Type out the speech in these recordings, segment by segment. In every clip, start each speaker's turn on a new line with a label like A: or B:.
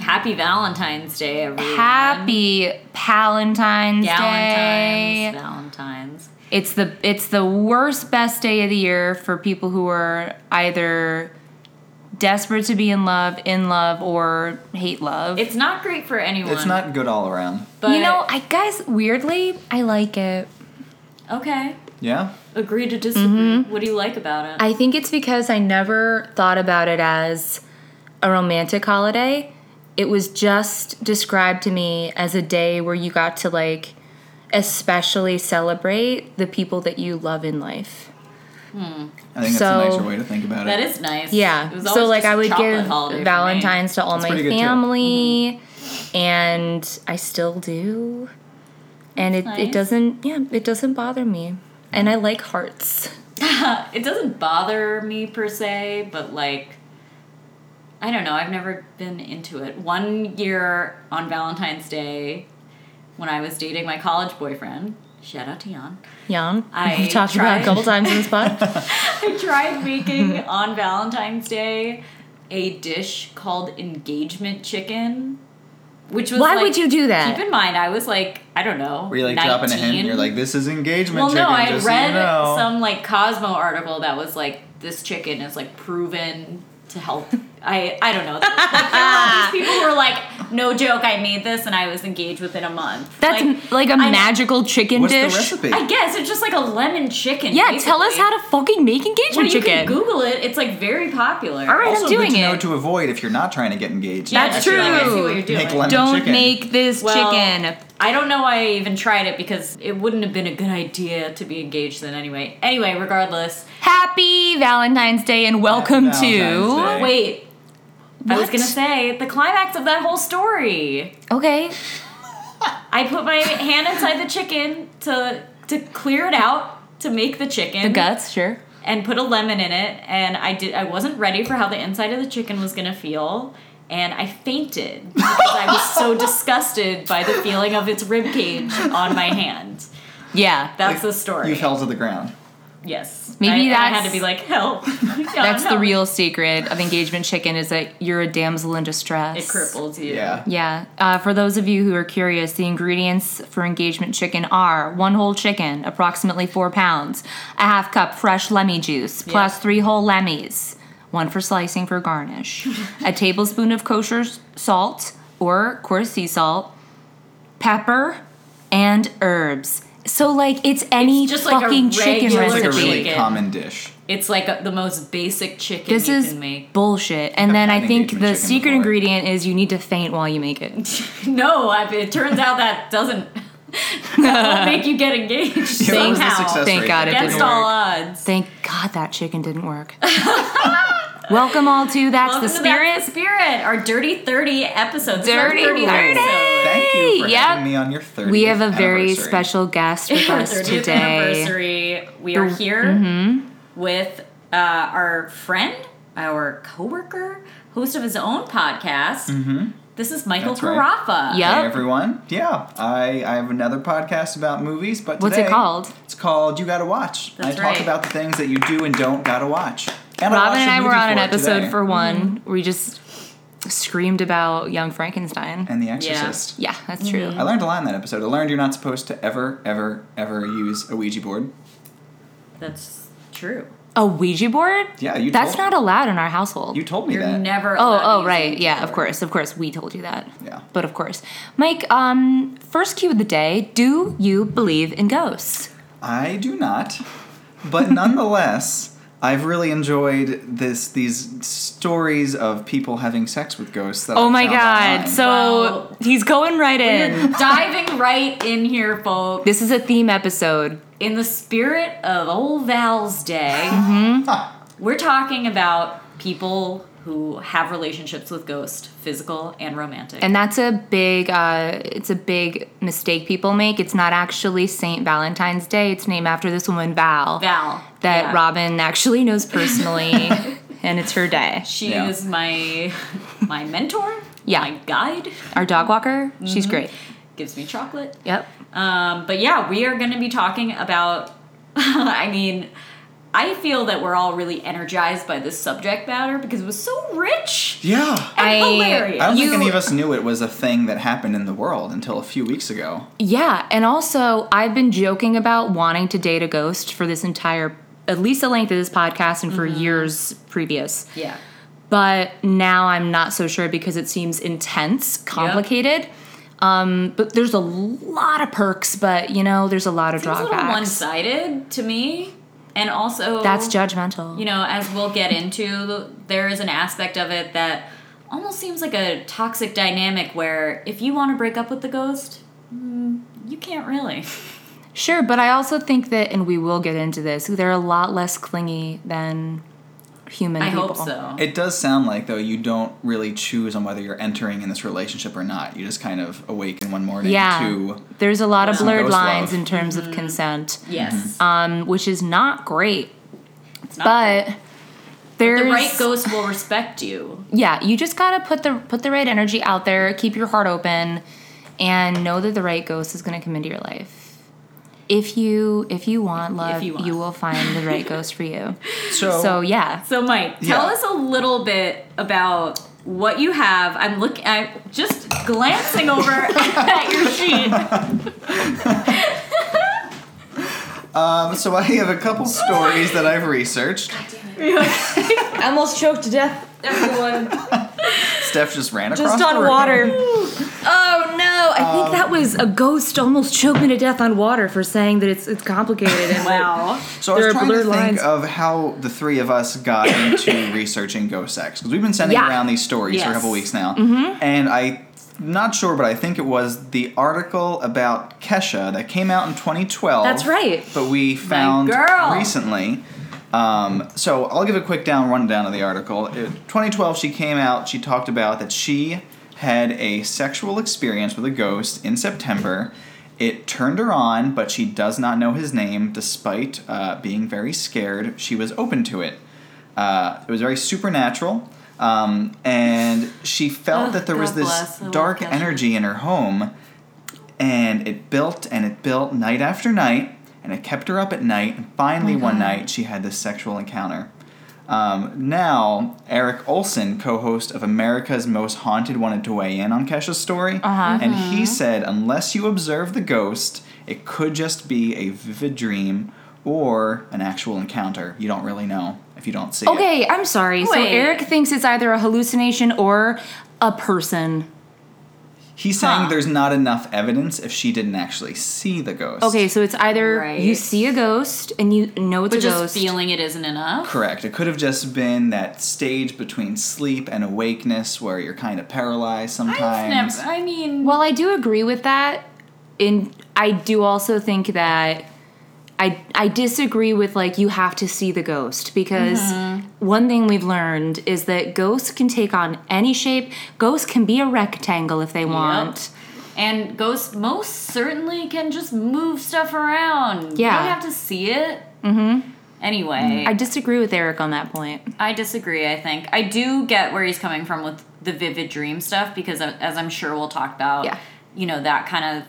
A: Happy Valentine's Day, everyone.
B: Happy Valentine's Day.
A: Galentine's, Valentine's.
B: It's the it's the worst best day of the year for people who are either desperate to be in love, in love, or hate love.
A: It's not great for anyone.
C: It's not good all around.
A: But
B: you know, I guess weirdly, I like it.
A: okay.
C: Yeah?
A: Agree to disagree. What do you like about it?
B: Mm-hmm. I think it's because I never thought about it as a romantic holiday. It was just described to me as a day where you got to like especially celebrate the people that you love in life.
C: I think
B: So-
C: that's a nicer way to think about
A: that
C: it.
A: is nice.
B: Yeah.
A: It was
B: So
A: always
B: like
A: just
B: I
A: a
B: would
A: chocolate
B: give
A: holiday for me. Mm-hmm.
B: Valentine's to all my
C: pretty good, too.
B: family and I still do. And it,
A: That's
B: it
A: nice.
B: doesn't yeah, it doesn't bother me. And I like hearts.
A: It doesn't bother me per se, but like I don't know, I've never been into it. One year on Valentine's Day when I was dating my college boyfriend, shout out to Jan.
B: Jan,
A: I
B: we've talked
A: tried-
B: about it a couple times in this pod.
A: I tried making on Valentine's Day a dish called engagement chicken, which was
B: Why
A: like-
B: would you do that?
A: Keep in mind, I was like, I don't know,
C: Were you like dropping a hint?
A: 19.
C: You're like, this is engagement
A: well,
C: chicken.
A: no, I had
C: just so you
A: read
C: know.
A: some like Cosmo article that was like, this chicken is like proven to help. I I don't know. Like, there were all these people who were like, no joke, I made this and I was engaged within a month.
B: That's m-
A: like,
B: like, a
A: I-
B: magical chicken
C: What's
B: dish.
C: the recipe?
A: I guess it's just like a lemon chicken.
B: Yeah, tell us
A: basically.
B: how to fucking make engagement
A: Well, you can
B: chicken.
A: Google it. It's like very popular.
B: All right,
C: also
B: I'm doing
C: good to know
B: it.
C: to avoid if you're not trying to get engaged.
A: Yeah,
B: That's
A: I feel Like I see
B: true.
A: what you're doing.
C: Make lemon
B: Don't
C: chicken.
B: make this
A: Well,
B: chicken.
A: I don't know why I even tried it because it wouldn't have been a good idea to be engaged then anyway. Anyway, regardless.
B: Happy Valentine's Day and welcome
C: Happy
B: to.
C: Valentine's
A: Wait. I was
B: What?
A: gonna say the climax of that whole story.
B: Okay.
A: I put my hand inside the chicken to to clear it out to make the chicken.
B: The guts, sure.
A: and put a lemon in it and I did I wasn't ready for how the inside of the chicken was gonna feel and I fainted because I was so disgusted by the feeling of its rib cage on my hand.
B: Yeah.
A: That's the story.
C: You fell to the ground.
A: yes.
B: Maybe
A: I- and I
B: that's-
A: had to be like, help.
B: That's the real secret of engagement chicken is that you're a damsel in distress.
A: It cripples you.
C: Yeah.
B: Yeah. Uh, for those of you who are curious, the ingredients for engagement chicken are one whole chicken, approximately four pounds, a half cup fresh lemmy juice, plus three whole lemmies, one for slicing for garnish, a tablespoon of kosher s- salt or coarse sea salt, pepper, and herbs. So like it's any
A: It's just like a
B: fucking chicken
A: regular
C: It's like
B: recipe.
C: a really
A: Chicken.
C: common dish.
A: It's like a, the most basic chicken
B: This
A: you
B: is
A: can make.
B: bullshit. And then I
C: had
B: think
C: engagement
B: the
C: chicken
B: secret
C: before.
B: ingredient is you need to faint while you make it.
A: No, I, it turns out that doesn't that won't make you get engaged.
C: Yeah, what was the
A: somehow.
C: success
B: Thank
C: rate
B: God
C: there?
B: it didn't
A: Against all odds.
B: Thank God that chicken didn't work. Welcome all to That's
A: Welcome
B: the
A: to Back
B: Spirit.
A: to the Spirit, our Dirty 30 episode. This is our
B: Dirty
A: 30th
B: 30.
A: episode.
C: Thank you for
B: Yep.
C: having me on your 30th
B: we have a very
C: anniversary.
B: special guest with
A: Our
B: us
A: 30th
B: today. mm-hmm.
A: anniversary. We are here with uh, our friend, our coworker, host of his own podcast. This is Michael
C: That's right.
A: Carafa.
B: Mm-hmm. Yep.
C: Hey everyone. Yeah, I, I have another podcast about movies, but
B: What's it
C: today,
B: called?
C: It's called You Gotta Watch.
A: That's
C: I
A: right.
C: talk about the things that you do and don't gotta watch. And
B: Robin
C: watched
B: and
C: a
B: I were
C: movie
B: on an
C: for it
B: episode
C: today.
B: for one where we just screamed about Young Frankenstein.
C: and The Exorcist.
B: yeah, that's true.
C: I learned a lot in that episode. I learned you're not supposed to ever, ever, ever use a Ouija board.
A: That's true.
B: A Ouija board?
C: Yeah, you.
B: That's
C: told,
B: not allowed in our household.
C: You told me
A: You're
C: that.
A: never.
B: oh,
A: allowed to
B: oh,
A: use
B: right.
A: it.
B: Yeah, of course. Of course, we told you that.
C: Yeah.
B: But of course. Mike, um, first cue of the day, do you believe in ghosts?
C: I do not, but nonetheless, I've really enjoyed this these stories of people having sex with ghosts. That
B: Oh
C: I
B: my
C: found
B: god.
C: online.
B: So
A: Well-
B: he's going right in.
A: Diving right in here, folks.
B: This is a theme episode.
A: in the spirit of old Val's day,
B: Mm-hmm.
A: we're talking about people who have relationships with ghosts, physical and romantic.
B: And that's a big uh it's a big mistake people make. It's not actually Saint Valentine's Day. It's named after this woman Val
A: Val,
B: that
A: yeah.
B: Robin actually knows personally and it's her day.
A: she
C: Yeah.
A: is my my mentor,
B: Yeah.
A: my guide,
B: Our dog walker, she's great.
A: gives me chocolate.
B: Yep.
A: Um, but yeah, we are going to be talking about. I mean, I feel that we're all really energized by this subject matter because it was so rich
C: Yeah.
A: and
B: I-
A: hilarious.
C: I don't
B: You-
C: think any of us knew it was a thing that happened in the world until a few weeks ago.
B: Yeah, and also I've been joking about wanting to date a ghost for this entire at least the length of this podcast and
A: Mm-hmm.
B: for years previous.
A: yeah.
B: But now I'm not so sure because it seems intense, complicated. Um, but there's a lot of perks, but you know, there's a lot of
A: It was a little one
B: drawbacks.
A: sided to me. And also
B: That's judgmental.
A: you know, as we'll get into, there is an aspect of it that almost seems like a toxic dynamic where if you want to break up with the ghost, mm, you can't really.
B: Sure, but I also think that, and we will get into this, they're a lot less clingy than human
A: I
B: people.
A: hope so.
C: It does sound like though you don't really choose on whether you're entering in this relationship or not. You just kind of awaken one morning
B: Yeah.
C: to
B: There's a lot of
C: Some
B: blurred
C: ghost
B: lines
C: love.
B: in terms
A: Mm-hmm.
B: of consent,
A: yes.
B: um, which is not great.
A: It's not
B: but there's
A: the right ghost will respect you.
B: yeah you just gotta put the put the right energy out there keep your heart open and know that the right ghost is gonna come into your life if you if you want love
A: you
B: you,
A: want.
B: will find the right ghost for you
C: so,
B: so yeah
A: So, Mike, tell
C: Yeah.
A: us a little bit about what you have. I'm looking. I'm just glancing over at your sheet.
C: um, so I have a couple stories that I've researched.
D: I almost choked to death, everyone.
C: Steph just ran across
D: Just
C: the
D: on
C: room.
D: water.
B: oh no i think that was a ghost almost choked me to death on water for saying that it's it's complicated and
A: Wow.
C: So I was
B: There are
C: trying to
B: blurred
C: think
B: lines.
C: of how the three of us got into researching ghost sex because we've been sending
B: Yeah. Mm-hmm.
C: around these stories for a
A: Yes.
C: couple weeks now, and I. Not sure, but I think it was the article about Kesha that came out in 2012.
B: That's right.
C: But we found
A: girl.
C: recently. Um, so I'll give a quick down rundown of the article. In 2012, she came out. She talked about that she had a sexual experience with a ghost in September. It turned her on, but she does not know his name, despite uh, being very scared. She was open to it. Uh, it was very supernatural, um, and she felt
A: Ugh,
C: that there was
A: God
C: this
A: bless. I love
C: dark
A: that.
C: energy in her home and it built and it built night after night and it kept her up at night and finally
B: Oh
C: one night she had this sexual encounter um, now eric olson co-host of america's most haunted wanted to weigh in on kesha's story
B: Uh-huh.
C: and he said unless you observe the ghost it could just be a vivid dream or an actual encounter you don't really know if you don't see it
B: okay i'm sorry so
A: Wait.
B: eric thinks it's either a hallucination or a person
C: he's saying
A: Huh.
C: there's not enough evidence if she didn't actually see the ghost
B: Okay, so it's either
A: Right.
B: you see a ghost and you know it's
A: But
B: a
A: just
B: ghost.
A: feeling it isn't enough.
C: Correct. It could have just been that stage between sleep and awakeness where you're kind of paralyzed
A: I've
C: sometimes.
A: never. I mean,
B: well, I do agree with that, and I do also think that I I disagree with like you have to see the ghost because one thing we've learned is that ghosts can take on any shape. Ghosts can be a rectangle if they want.
A: And ghosts most certainly can just move stuff around. You
B: Yeah.
A: don't have to see it. Mm-hmm. Anyway,
B: I disagree with Eric on that point.
A: I disagree, I think. I do get where he's coming from with the vivid dream stuff because, uh, as I'm sure we'll talk about,
B: Yeah.
A: you know, that kind of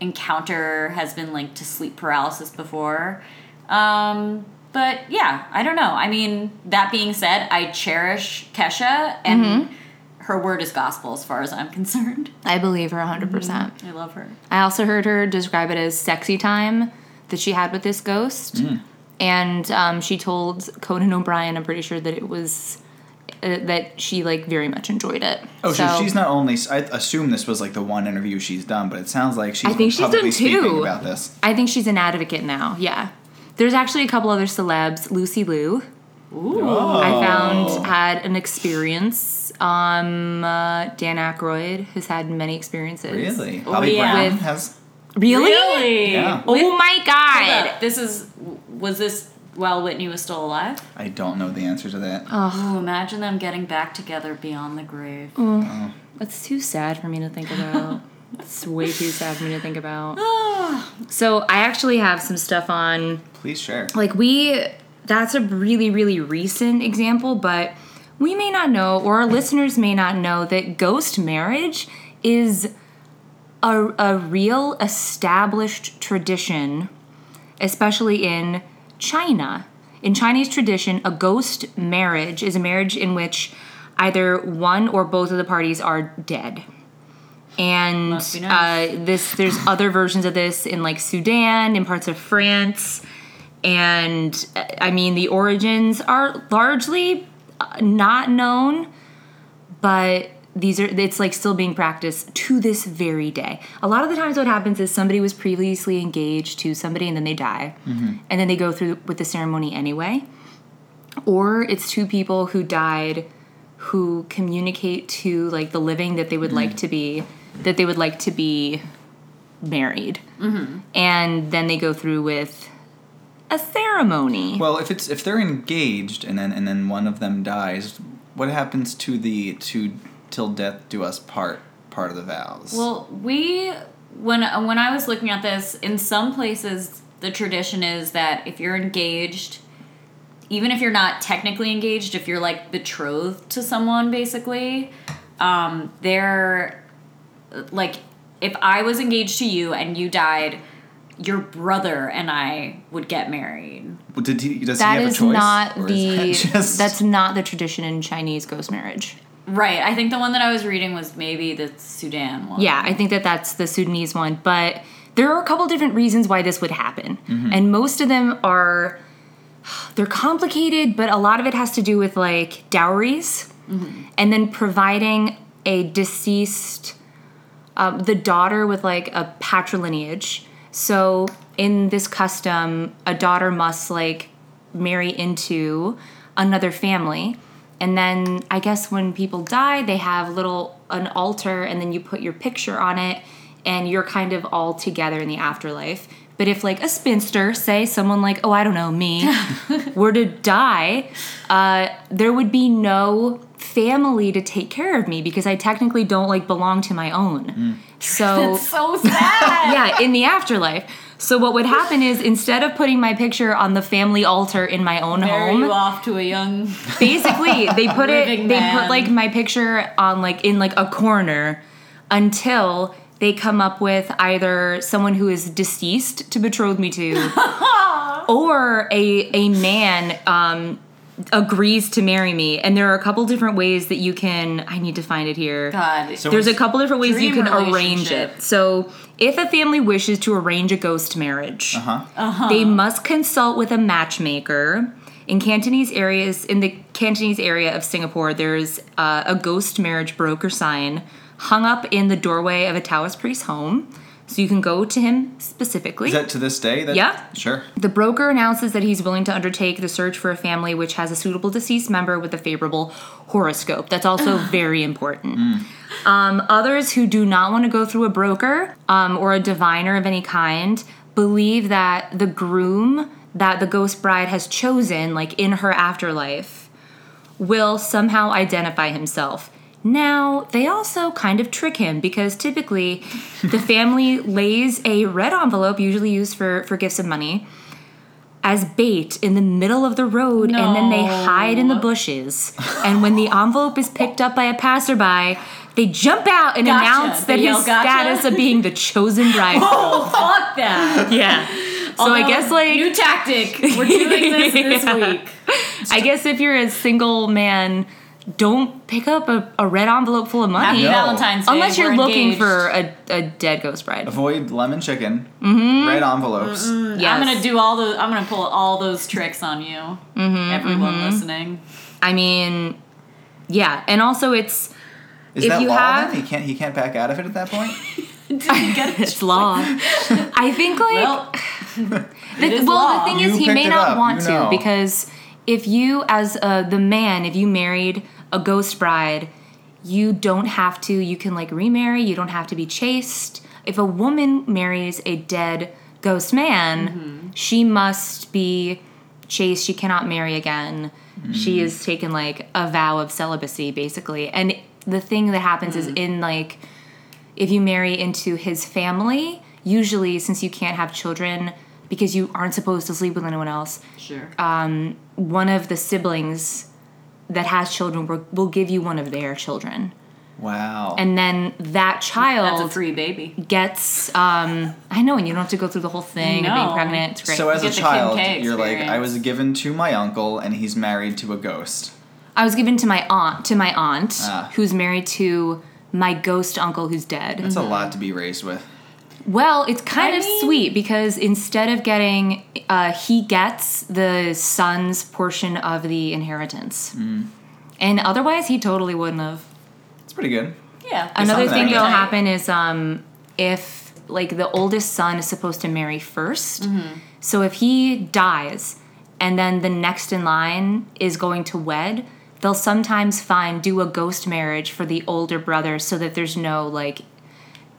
A: encounter has been linked to sleep paralysis before. Um, but yeah, I don't know. I mean, that being said, I cherish Kesha and
B: Mm-hmm.
A: her word is gospel as far as I'm concerned.
B: I believe her 100%. percent
A: I love her.
B: I also heard her describe it as sexy time that she had with this ghost.
C: Hmm.
B: And um, she told Conan O'Brien, I'm pretty sure, that it was, uh, that she like very much enjoyed it.
C: Oh, so,
B: so
C: she's not only. I assume this was like the one interview she's done, but it sounds like she's
B: I think she's
C: been
B: done
C: publicly speaking
B: two.
C: about this.
B: I think she's an advocate now, yeah. There's actually a couple other celebs. Lucy Liu,
A: Ooh.
B: I
C: Oh.
B: found, had an experience. Um, uh, Dan Aykroyd has had many experiences.
C: Really?
A: Oh,
C: Bobby
A: yeah.
C: Brown
B: With-
C: has.
B: Really?
A: Really?
C: Yeah.
B: Oh my
A: Hold
B: god!
A: up. This is was this while Whitney was still alive?
C: I don't know the answer to that.
B: Um,
A: Ooh, imagine them getting back together beyond the grave.
B: Mm. That's too sad for me to think about. it's way too sad for me to think about.
A: Ah.
B: So I actually have some stuff on
C: Please share.
B: like we that's a really really recent example, but we may not know or our listeners may not know that ghost marriage is a, a real established tradition especially in China. In Chinese tradition, a ghost marriage is a marriage in which either one or both of the parties are dead. And
A: Must be nice.
B: uh, this, there's other versions of this in like Sudan, in parts of France, and uh, I mean the origins are largely uh, not known but these are it's like still being practiced to this very day a lot of the times what happens is somebody was previously engaged to somebody and then they die
C: Mm-hmm.
B: and then they go through with the ceremony anyway or it's two people who died who communicate to like the living that they would
C: Mm-hmm.
B: like to be that they would like to be married
C: Mm-hmm.
B: and then they go through with a ceremony
C: Well, if it's if they're engaged and then and then one of them dies, what happens to the to till death do us part part of the vows?
A: Well, we when when I was looking at this, in some places the tradition is that if you're engaged, even if you're not technically engaged, if you're like betrothed to someone, basically, um, they're like if I was engaged to you and you died, your brother and I would get married.
C: did he, does
B: that
C: he have
B: is
C: a choice?
B: not
C: Or
B: the
C: is that just-
B: that's not the tradition in chinese ghost marriage
A: Right. I think the one that I was reading was maybe the Sudan one.
B: Yeah, I think that that's the Sudanese one. But there are a couple different reasons why this would happen, and most of them are they're complicated, but a lot of it has to do with like dowries, and then providing a deceased um, the daughter with like a patrilineage. So in this custom, a daughter must like marry into another family. And then I guess when people die, they have little an altar and then you put your picture on it and you're kind of all together in the afterlife. But if like a spinster, say someone like, oh I don't know, me, were to die, uh, there would be no family to take care of me because I technically don't like belong to my own. So
A: It's so sad.
B: yeah, in the afterlife. So what would happen is instead of putting my picture on the family altar in my own
A: Marry
B: home,
A: you off to a young
B: basically they put it
A: Living
B: they
A: man.
B: put like my picture on like in like a corner until they come up with either someone who is deceased to betroth me to or a a man um agrees to marry me and there are a couple different ways that you can i need to find it here
A: God.
C: So
B: there's a
C: it's-
B: couple different ways you
A: Dream
B: can arrange
A: relationship.
B: it. So, if a family wishes to arrange a ghost marriage,
C: Uh-huh.
B: they must consult with a matchmaker. In Cantonese areas, in the Cantonese area of Singapore, there's uh, a ghost marriage broker sign hung up in the doorway of a Taoist priest's home, so you can go to him specifically.
C: Is that to this day? That,
B: Yeah.
C: Sure.
B: The broker announces that he's willing to undertake the search for a family which has a suitable deceased member with a favorable horoscope. That's also very important. Um, others who do not want to go through a broker um, or a diviner of any kind believe that the groom that the ghost bride has chosen, like in her afterlife, will somehow identify himself. Now, they also kind of trick him because typically the family lays a red envelope, usually used for, for gifts of money, as bait in the middle of the road and then they hide in the bushes. and when the envelope is picked up by a passerby, they jump out and
A: Gotcha.
B: announce
A: They
B: that
A: yell,
B: his
A: "Gotcha."
B: status of being the chosen bride.
A: Oh, fuck that.
B: yeah. So I
A: Although,
B: guess like
A: new tactic. We're doing this this
B: Yeah.
A: week.
B: I guess if you're a single man, don't pick up a, a red envelope full of money.
A: Happy
C: No.
A: Valentine's Day.
B: Unless you're
A: We're
B: looking
A: engaged.
B: for a, a dead ghost bride.
C: Avoid lemon chicken,
A: Mm-hmm.
C: red envelopes.
B: Yes.
A: I'm gonna do all those. I'm gonna pull all those tricks on you.
B: Mm-hmm,
A: Everyone listening.
B: I mean, yeah. And also, it's
C: Is
B: If
C: that
B: you
C: law?
B: have-
C: then? He can't. He can't back out of it at that point.
B: it's law. I think like
A: Well,
B: the,
A: is
B: well,
A: law.
B: the thing is,
C: You
B: he
C: picked
B: may
C: it
B: not
C: up,
B: want
C: you
B: to
C: know.
B: because if you, as uh, the man, if you married a ghost bride, you don't have to. You can like remarry. You don't have to be chaste. If a woman marries a dead ghost man,
C: Mm-hmm.
B: she must be chaste. She cannot marry again. She
C: Mm-hmm.
B: is taken like a vow of celibacy, basically. And the thing that happens
C: Mm.
B: is in like if you marry into his family, usually since you can't have children because you aren't supposed to sleep with anyone else,
A: sure.
B: one of the siblings that has children will, will give you one of their children.
C: Wow.
B: and then that
A: That's a
B: child
A: free baby.
B: gets um I know, and you don't have to go through the whole thing of being
A: No.
B: pregnant. It's great.
C: so as a
A: get the Kim
C: child,
A: K
C: you're like, I
A: experience.
C: was given to my uncle, and he's married to a ghost.
B: I was given to my aunt to my aunt
C: Ah.
B: who's married to my ghost uncle who's dead.
C: That's
A: Mm-hmm.
C: a lot to be raised with.
B: Well, it's kind
A: I
B: of
A: mean-
B: sweet because instead of getting, uh, he gets the son's portion of the inheritance, and otherwise he totally wouldn't have.
C: It's pretty good.
A: Yeah.
B: Another
C: something
B: thing
C: like
B: that'll
A: that.
B: happen is um, if like the oldest son is supposed to marry 1st
A: Mm-hmm.
B: so if he dies and then the next in line is going to wed, they'll sometimes find do a ghost marriage for the older brother so that there's no like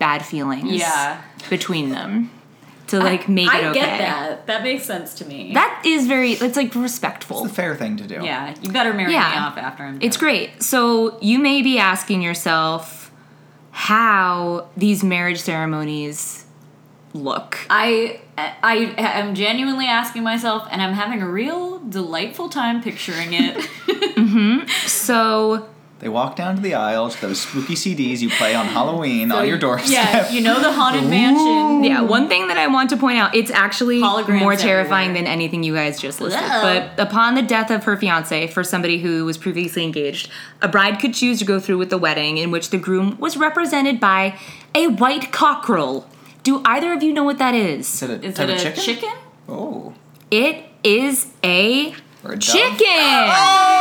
B: bad feelings
A: Yeah.
B: between them to like make
A: I
B: it okay.
A: get that. That makes sense to me.
B: That is very it's like
C: It's
B: respectful.
C: the fair thing to do.
A: yeah. You better marry me
B: Yeah.
A: off after I'm.
B: It's
A: dead.
B: great. So you may be asking yourself how these marriage ceremonies look.
A: I I am genuinely asking myself, and I'm having a real delightful time picturing it.
B: So
C: They walk down to the aisle to those spooky CDs you play on Halloween on Oh, your doorstep.
A: Yeah, you know the haunted mansion.
B: yeah, one thing that I want to point out, it's actually
A: Holograms
B: more terrifying
A: everywhere.
B: than anything you guys just listed.
A: Ugh.
B: But upon the death of her fiance for somebody who was previously engaged, a bride could choose to go through with the wedding in which the groom was represented by a white cockerel. Do either of you know what that is?
C: Is it a
A: Is
C: type
A: it a
C: of chicken?
A: chicken?
C: Oh.
B: It is a
C: Or a dove?
B: chicken.
C: Oh!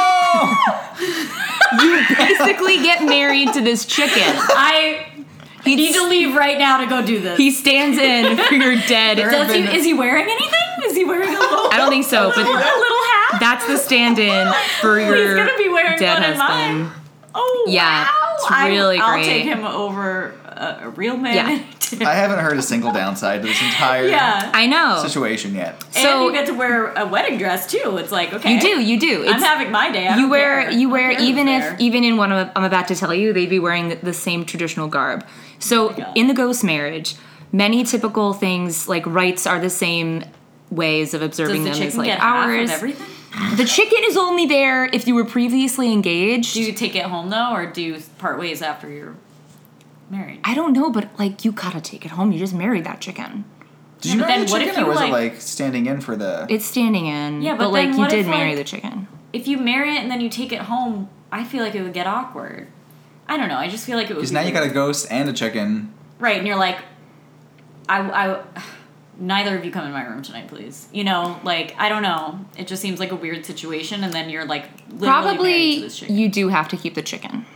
B: Basically, get married to this chicken.
A: I need to leave right now to go do this.
B: He stands in for your dead.
A: Does he,
C: been-
A: is he wearing anything? Is he wearing a little,
B: I don't think so,
A: a little
B: but
A: hat?
B: that's the stand-in for your
A: He's gonna be wearing
B: dead
A: one in
B: husband.
A: mine. Oh
B: Yeah,
A: wow!
B: it's
A: I-
B: really
A: I'll
B: great.
A: take him over a, a real man.
B: Yeah.
C: I haven't heard a single downside to this entire
A: yeah.
B: I know.
C: situation yet.
A: and
B: So-
A: you get to wear a wedding dress too. It's like okay,
B: You do, you do.
A: I'm
B: It's-
A: having my day. I
B: you
A: don't
B: wear
A: care.
B: you
A: I
B: wear
A: don't care
B: even
A: who's
B: if
A: there.
B: even in one I'm, I'm about to tell you they'd be wearing the, the same traditional garb so
A: Yeah.
B: in the ghost marriage many typical things like rites are the same ways of
A: does
B: observing
A: the
B: them
A: chicken
B: as like
A: get
B: ours
A: half of everything?
B: the chicken is only there if you were previously engaged
A: Do you take it home though, or do you part ways after you're married?
B: i don't know but like you gotta take it home you just married that chicken
C: Did
A: Yeah,
C: you
A: but
C: marry
A: then
C: the
A: what
C: chicken,
A: if you,
C: or was
A: like-
C: it like standing in for the?
B: it's standing in
A: Yeah,
B: but,
A: but
B: like
A: then
B: you
A: what
B: did
A: if,
B: marry
A: like-
B: the chicken
A: if you marry it and then you take it home, I feel like it would get awkward. I don't know. I just feel like it would.
C: Because
A: be
C: now you got
A: weird.
C: a ghost and a chicken.
A: right, and you're like, I, I, neither of you come in my room tonight, please. You know, like I don't know. It just seems like a weird situation, and then you're like literally married to
B: probably
A: this chicken.
B: you do have to keep the chicken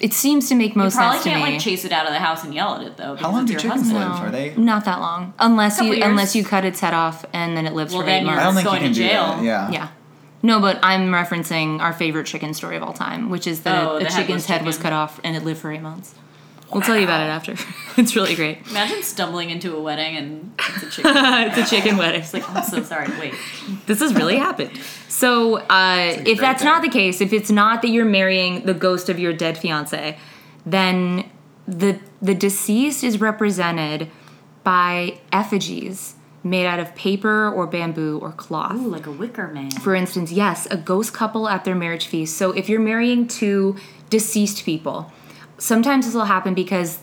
B: it seems to make
A: You
B: most
A: probably
B: sense to
A: can't
B: me
A: like chase it out of the house and yell at it though.
C: How
A: because
C: long
A: it's
C: do
A: your
C: chickens
A: husband.
C: live? Are they?
B: Not that long, unless you
A: Couple years.
B: unless you cut its head off and then it lives
A: Well,
B: for eight
A: then you're
C: I
B: months.
C: don't think
A: going
C: you can
A: to
C: do
A: jail.
C: that. Oh, Yeah.
B: Yeah, no, but I'm referencing our favorite chicken story of all time, which is that
A: Oh,
B: a
A: the headless
B: chicken's head was
A: chicken.
B: cut off and it lived for eight months. We'll tell you about it after. it's really great.
A: Imagine stumbling into a wedding and it's a chicken.
B: it's a chicken wedding.
A: It's like, I'm so sorry. Wait,
B: this has really happened. So, uh,
C: a
B: if
C: great
B: that's
C: thing.
B: not the case, if it's not that you're marrying the ghost of your dead fiance, then the the deceased is represented by effigies made out of paper or bamboo or cloth.
A: ooh, like a wicker man.
B: For instance, yes, a ghost couple at their marriage feast. So, if you're marrying two deceased people, sometimes this will happen because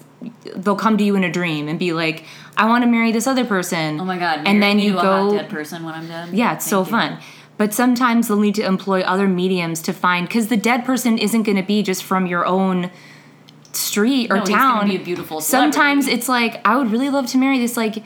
B: they'll come to you in a dream and be like, "I want to marry this other person."
A: Oh my god!
B: And then
A: marry
B: you
A: me
B: go
A: to a hot dead person when I'm dead.
B: yeah, it's so
A: Thank you.
B: fun. But sometimes they'll need to employ other mediums to find because the dead person isn't going to be just from your own street or
A: No, he's gonna
B: town.
A: be a beautiful
B: Sometimes
A: celebrity.
B: it's like I would really love to marry this like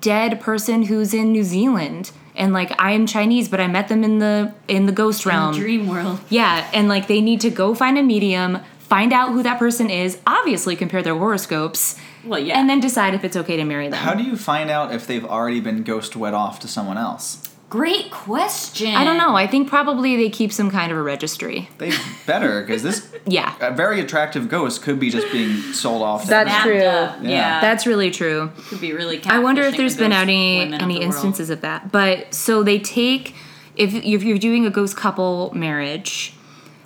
B: dead person who's in New Zealand and like I am Chinese, but I met them in the in the ghost realm.
A: dream world.
B: Yeah, and like they need to go find a medium, find out who that person is, obviously compare their horoscopes,
A: Well, yeah.
B: and then decide if it's okay to marry them.
C: How do you find out if they've already been ghost wed off to someone else?
A: great question.
B: I don't know. I think probably they keep some kind of a registry.
C: They better because this
B: Yeah.
C: a very attractive ghost could be just being sold off. to
B: That's
A: Mapped
B: true.
A: up,
C: Yeah.
A: Yeah.
B: That's really true.
A: could be really.
B: I wonder
A: catfishing
B: if there's
A: with
B: been
A: those
B: any
A: women of
B: any
A: the world.
B: instances of that. But so they take if if you're doing a ghost couple marriage,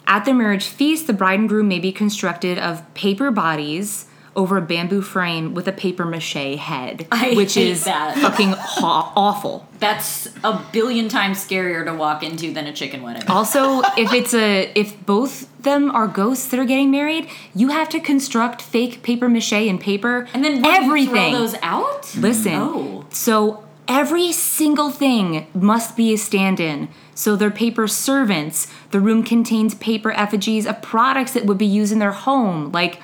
B: at the marriage feast, the bride and groom may be constructed of paper bodies over a bamboo frame with a paper mache head,
A: I
B: which
A: hate
B: is
A: that.
B: fucking haw- awful.
A: That's a billion times scarier to walk into than a chicken wedding.
B: Also, if it's a if both them are ghosts that are getting married, you have to construct fake paper mache and paper
A: And then what, you
B: everything.
A: throw those out.
B: Listen.
A: Oh.
B: So every single thing must be a stand-in. So they're paper servants. The room contains paper effigies of products that would be used in their home, like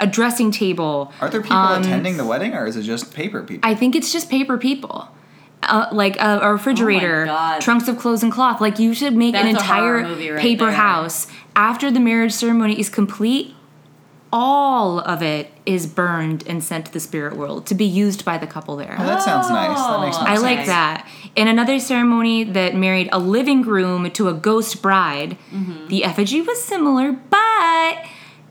B: a dressing table.
C: Are there people
B: um,
C: attending the wedding, or is it just paper people?
B: I think it's just paper people. Uh, like a, a refrigerator,
A: Oh God.
B: trunks of clothes and cloth. Like you should make an
A: That's a horror
B: entire
A: movie right
B: paper
A: there.
B: house. After the marriage ceremony is complete, all of it is burned and sent to the spirit world to be used by the couple there.
C: Oh, that sounds nice. That makes
A: Oh.
C: nice
B: I
C: sense.
B: like that. In another ceremony that married a living groom to a ghost bride, the effigy was similar, but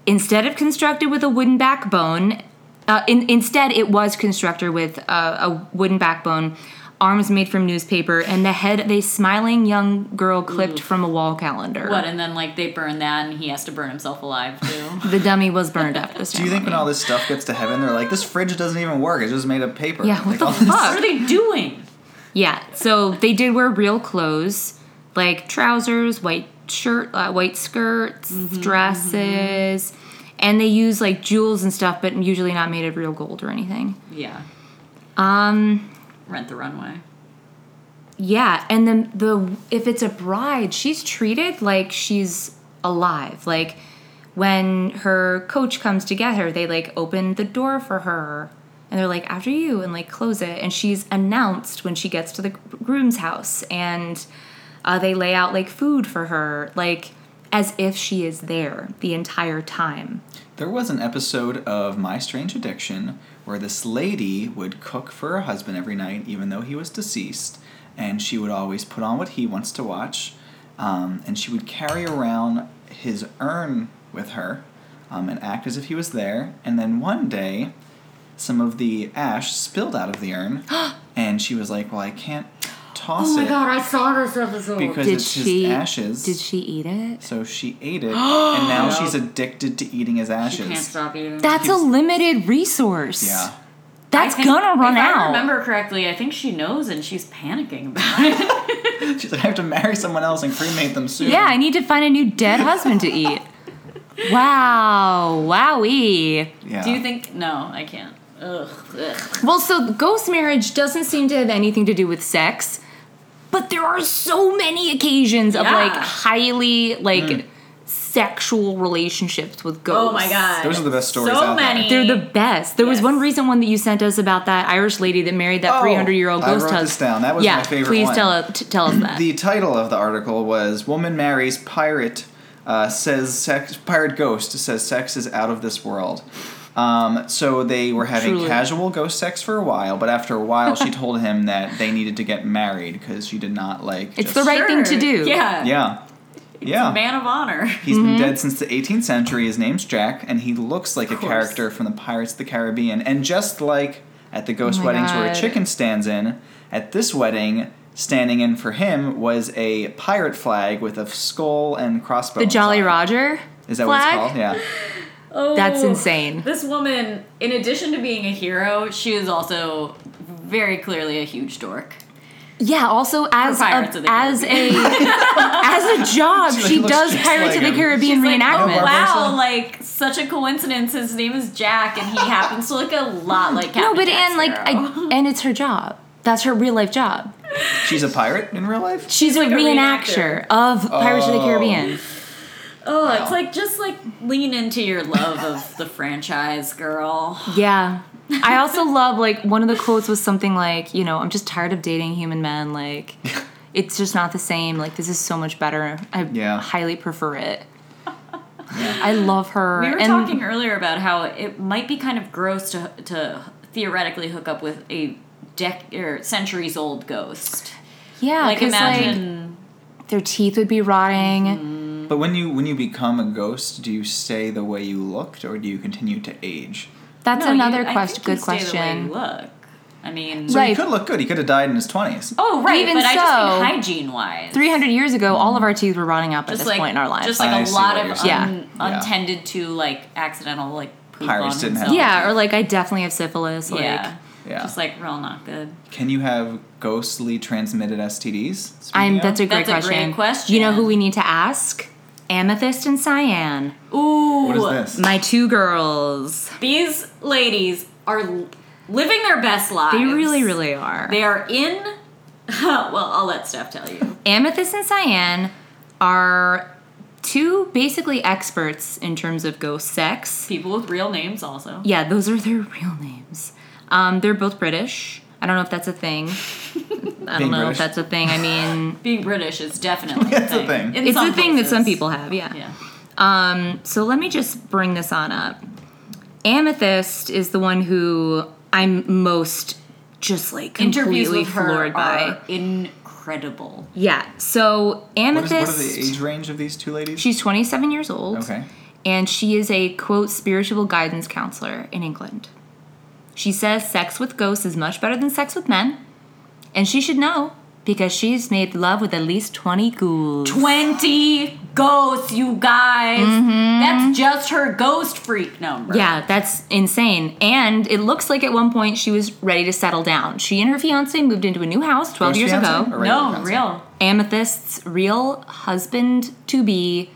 B: instead of constructed with a wooden backbone, uh, in, instead it was constructed with a, a wooden backbone, arms made from newspaper, and the head of a smiling young girl clipped from a wall calendar.
A: What? And then like they burn that, and he has to burn himself alive too.
B: the dummy was burned after this.
C: Do you think when all this stuff gets to heaven, they're like, "This fridge doesn't even work. It's just made of paper."
B: Yeah, what
C: Like,
B: the
C: all this-
B: fuck?
A: what are they doing?
B: Yeah, so they did wear real clothes, like trousers, white shirt, uh, white skirts, dresses, and they use like jewels and stuff, but usually not made of real gold or anything.
A: Yeah.
B: Um,
A: Rent the runway.
B: yeah, and then the if it's a bride, she's treated like she's alive. Like when her coach comes to get her, they like open the door for her. And they're like after you and like close it and she's announced when she gets to the groom's house and uh, they lay out like food for her like as if she is there the entire time.
C: There was an episode of My Strange Addiction where this lady would cook for her husband every night, even though he was deceased, and she would always put on what he wants to watch, um, and she would carry around his urn with her um, and act as if he was there. And then one day, some of the ash spilled out of the urn, and she was like, "Well, I can't toss
B: Oh
C: it."
B: I saw this episode.
C: Because it's just ashes.
B: Did she eat it?
C: So she ate it, and now she's addicted to eating his ashes.
A: eating.
B: That's a
C: keeps-
B: limited resource.
C: Yeah.
B: That's gonna run
A: if
B: out.
A: I remember correctly, I think she knows, and she's panicking about it.
C: She's like, I have to marry someone else and cremate them soon.
B: yeah, I need to find a new dead husband to eat. Wow, wowee.
C: Yeah.
A: Do you think? No, I can't. Ugh. ugh.
B: Well, so ghost marriage doesn't seem to have anything to do with sex, but there are so many occasions of
A: Yeah.
B: like highly like
C: Mm.
B: sexual relationships with ghosts.
A: Oh my god.
C: Those are the best stories
A: So
C: out there.
A: many.
B: They're the best. There was
A: Yes.
B: one recent one that you sent us about that Irish lady that married that
C: Oh,
B: 300 year old
C: I
B: ghost
C: wrote
B: husband.
C: this down. That was
B: yeah,
C: my favorite
B: Please
C: one.
B: tell, us- t- tell us that.
C: The title of the article was "Woman Marries Pirate uh, Says Sex Pirate Ghost Says Sex is Out of This World." Um, so they were having
B: Truly.
C: casual ghost sex for a while, but after a while, she told him that they needed to get married because she did not like.
B: It's
C: just-
B: the right thing to do.
A: Yeah.
C: Yeah. Yeah.
A: Man of honor.
C: He's
B: Mm-hmm.
C: been dead since the 18th century. His name's Jack, and he looks like a
A: course.
C: character from the Pirates of the Caribbean. And just like at the ghost
B: Oh my
C: weddings where a
B: God.
C: chicken stands in, at this wedding, standing in for him was a pirate flag with a skull and crossbones.
B: the Jolly
C: on it.
B: Roger
C: Is that
B: flag?
C: what it's called? Yeah.
A: Oh,
B: That's insane.
A: This woman, in addition to being a hero, she is also very clearly a huge dork.
B: Yeah. Also, as
A: Pirates of
B: a,
A: the
B: as a as a job,
C: She
B: she
C: looks
B: does
C: just
B: Pirates
C: like
B: of the
C: him.
B: Caribbean
A: She's like, oh,
B: reenactment.
C: Barbara
A: wow,
C: Streisand.
A: like such a coincidence. His name is Jack, and he happens to look a lot like Captain
B: no, but
A: Jack
B: and like,
A: Sparrow.
B: I, and it's her job. That's her real life job.
C: She's a pirate in real life?
B: She's a
A: a
B: reenactor of Pirates of the
C: Oh.
B: Caribbean.
A: oh,
C: Wow.
A: it's like just like lean into your love of the franchise, girl.
B: Yeah. I also love like one of the quotes was something like, you know, I'm just tired of dating human men. Like, it's just not the same. Like, this is so much better. I
C: Yeah.
B: highly prefer it. I love her.
A: We were
B: and
A: talking earlier about how it might be kind of gross to to theoretically hook up with a dec or centuries old ghost.
B: yeah,
A: Like
B: 'cause,
A: imagine.
B: like, their teeth would be rotting.
C: But when you when you become a ghost, do you stay the way you looked or do you continue to age?
B: That's
A: No, you-
B: another
A: I
B: quest-
A: think you
B: good
A: stay the way you
B: question.
A: look. I mean,
C: So he
B: Right.
C: could look good. He could have died in his 20s.
A: oh right,
B: Even
A: but I just
B: so,
A: mean hygiene wise.
B: 300 years ago, all of our teeth were rotting out at
A: just
B: this
A: like
B: point in our lives.
A: just like
C: I
A: a
C: see
A: lot
C: what you're
A: of
C: saying.
A: un-
C: Yeah. Yeah.
A: untended to like accidental like poop
C: Pirates
A: on
C: didn't have-
A: himself.
B: Yeah, or like I definitely have syphilis. Like,
A: yeah,
C: Yeah.
A: just like real not good.
C: Can you have ghostly transmitted STDs?
B: I'm.
C: Speaking of-
B: That's a great
A: That's a great
B: question.
A: question.
B: You know who we need to ask? Amethyst and Cyan.
A: Ooh,
C: What is this?
B: My two girls.
A: These ladies are l- living their best lives.
B: They really, really are.
A: They are in. well, I'll let Steph tell you.
B: Amethyst and Cyan are two basically experts in terms of ghost sex.
A: People with real names also.
B: Yeah, those are their real names. Um, they're both British. I don't know if that's a thing. I don't
C: Being
B: know
C: British.
B: if that's a thing. I mean,
A: Being British is definitely
C: It's a
A: a
C: thing.
A: thing. In
B: it's
A: some
B: a thing that some
A: places.
B: people have, yeah.
A: Yeah.
B: Um, so let me just bring this on up. Amethyst is the one who I'm most just like
A: Interviews
B: completely
A: with her
B: floored by.
A: are incredible.
B: Yeah. So
C: What is,
B: Amethyst,
C: what are the age range of these two ladies?
B: she's 27 years old.
C: okay.
B: and she is a quote spiritual guidance counselor in England. She says sex with ghosts is much better than sex with men, and she should know because she's made love with at least 20 ghouls.
A: 20 ghosts, you guys. That's just her ghost freak number.
B: Mm-hmm. yeah, that's insane. And it looks like at one point she was ready to settle down. She and her fiance moved into a new house 12
C: Ghost
B: years
C: fiancé
B: ago.
C: or regular
A: No,
C: fiancé?
A: real.
B: Amethyst's real husband to be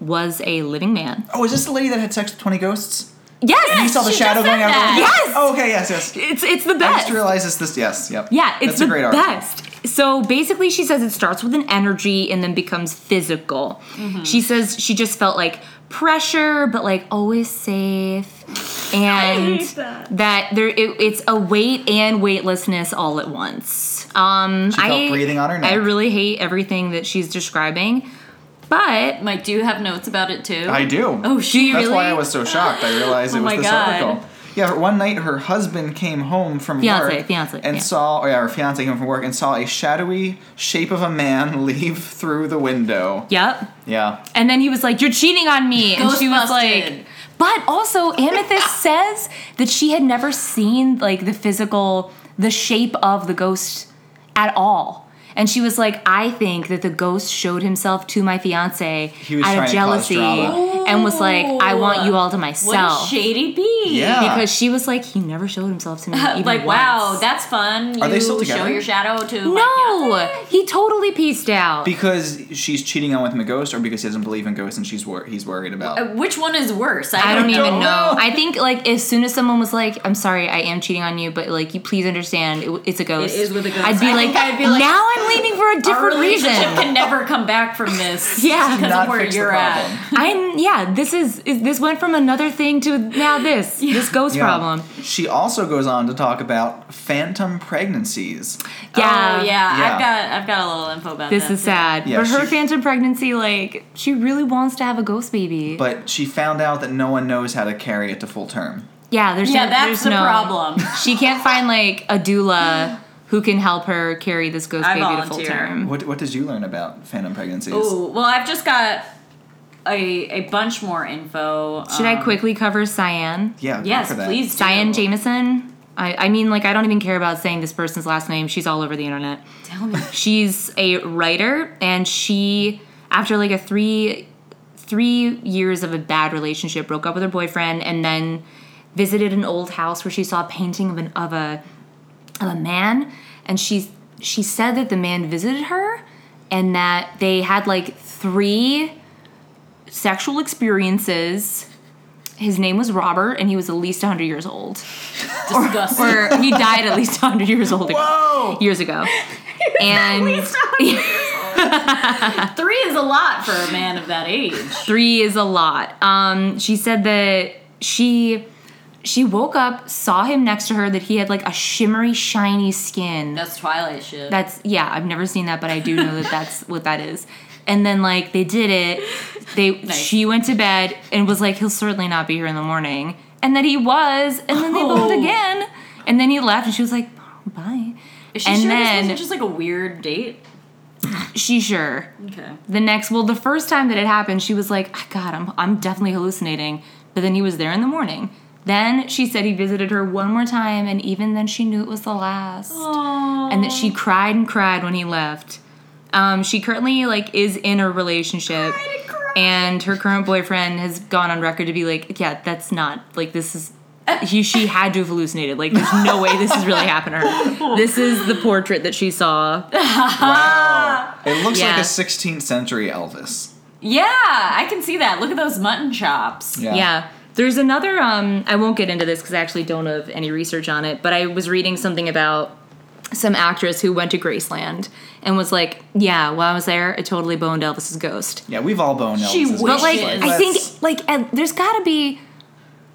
B: was a living man.
C: Oh, is this the lady that had sex with 20 ghosts?
B: Yes!
C: You saw the
A: she
C: shadow
A: just
C: going
A: said
C: out of
A: that.
C: the window?
B: Yes!
C: Oh, okay, yes, yes.
B: It's it's the
C: I
B: best.
C: just realized it's this, yes, yep.
B: Yeah, it's
C: That's
B: the
C: a great article.
B: best. So basically, she says it starts with an energy and then becomes physical. She says she just felt like pressure, but like always safe, and
A: hate that.
B: there it, it's a weight and weightlessness all at once. Um,
C: felt
B: I
C: breathing on her neck.
B: I really hate everything that she's describing, but
A: Mike, do you have notes about it too?
C: I do.
B: oh, she
C: That's
B: really
C: why I was so shocked. I realized it
A: Oh
C: was
A: my
C: this
A: God.
C: article. Yeah, her- one night her husband came home from
B: Fiancé,
C: work
B: fiancé,
C: and
B: yeah.
C: saw, oh yeah, her fiance came home from work and saw a shadowy shape of a man leave through the window.
B: Yep.
C: Yeah,
B: And then he was like, "You're cheating on me," and she was
A: Ghostbusted.
B: like. But also, Amethyst says that she had never seen like the physical, the shape of the ghost at all. And she was like, I think that the ghost showed himself to my fiance out
C: was trying
B: of
C: to cause
B: jealousy
C: drama.
B: and was like, I want you all to myself.
A: What a shady bee.
C: yeah.
B: Because she was like, he never showed himself to me. Even
A: like, wow,
B: once."
A: that's fun.
C: Are
A: you
C: they still
A: show
C: together?
A: your shadow to.
B: No! He totally pieced out.
C: because she's cheating on with him a ghost, or because he doesn't believe in ghosts and she's wor- he's worried about.
A: Uh, Which one is worse?
B: I don't even
C: know.
B: know. I think like as soon as someone was like, "I'm sorry, I am cheating on you," but like you please understand, it, it's a ghost.
A: It is with a ghost.
B: I'd be,
A: I
B: like,
A: think I'd be like,
B: now I'm leaning for a
A: Our
B: different reason.
A: relationship can never come back from this.
B: Yeah.
A: because
C: Not
A: of where
C: fix the
A: you're
C: problem.
A: at.
B: I'm yeah. This is, is this went from another thing to now this this ghost
C: Yeah.
B: problem.
C: She also goes on to talk about phantom pregnancies.
B: Yeah,
A: oh, yeah, I've
C: Yeah.
A: got I've got a little info about
B: This
A: that,
B: is
A: too.
B: sad.
C: Yeah,
B: but her
C: she-
B: phantom pregnancy, like she really wants to have a ghost baby.
C: But she found out that no one knows how to carry it to full term.
B: yeah, there's
A: Yeah,
B: no,
A: that's
B: there's
A: the
B: no-
A: problem.
B: She can't find like a doula who can help her carry this ghost
A: I
B: baby to full
A: volunteer.
B: term.
C: What what did you learn about phantom pregnancies?
A: Ooh, well, I've just got a a bunch more info.
B: Should I
A: um,
B: quickly cover Cyan?
C: Yeah, go
A: Yes,
C: for that.
A: please. do.
B: Cyan Jameson. I, I mean, like, I don't even care about saying this person's last name. She's all over the internet.
A: Tell me.
B: She's a writer, and she, after like a three three years of a bad relationship, broke up with her boyfriend, and then visited an old house where she saw a painting of an of a of a man, and she she said that the man visited her, and that they had like three sexual experiences. His name was Robert, and he was at least 100 years old.
A: Disgusting.
B: Or he died at least 100 years old
C: Whoa!
B: years ago. And
A: Three is a lot for a man of that age.
B: three is a lot. Um, she said that she she woke up, saw him next to her, that he had like a shimmery, shiny skin.
A: That's Twilight shit.
B: That's yeah, I've never seen that, but I do know that that's what that is. And then like they did it. They
A: Nice.
B: she went to bed and was like, he'll certainly not be here in the morning, and that he was. And then they
A: Oh.
B: moved again, and then he left, and she was like, bye.
A: Is she
B: and
A: sure this
B: then-
A: wasn't just like a weird date?
B: She sure
A: Okay.
B: the next well the first time that it happened she was like "Ah, god I'm, I'm definitely hallucinating but then he was there in the morning then she said he visited her one more time and even then she knew it was the last and that she cried and cried when he left um, she currently like is in a relationship and her current boyfriend has gone on record to be like, yeah, that's not like this is. He, she had to have hallucinated. Like, there's no way this has really happened to her. This is the portrait that she saw.
C: Wow. It looks like
B: Yeah.
C: a 16th century Elvis.
A: Yeah, I can see that. Look at those mutton chops.
B: Yeah. There's another. Um, I won't get into this because I actually don't have any research on it. But I was reading something about some actress who went to Graceland and was like, "Yeah, while I was there, I totally boned Elvis's ghost."
C: Yeah, we've all boned Elvis.
A: She
B: But like,
A: Shit.
B: I think
C: let's-
B: like at, there's got to be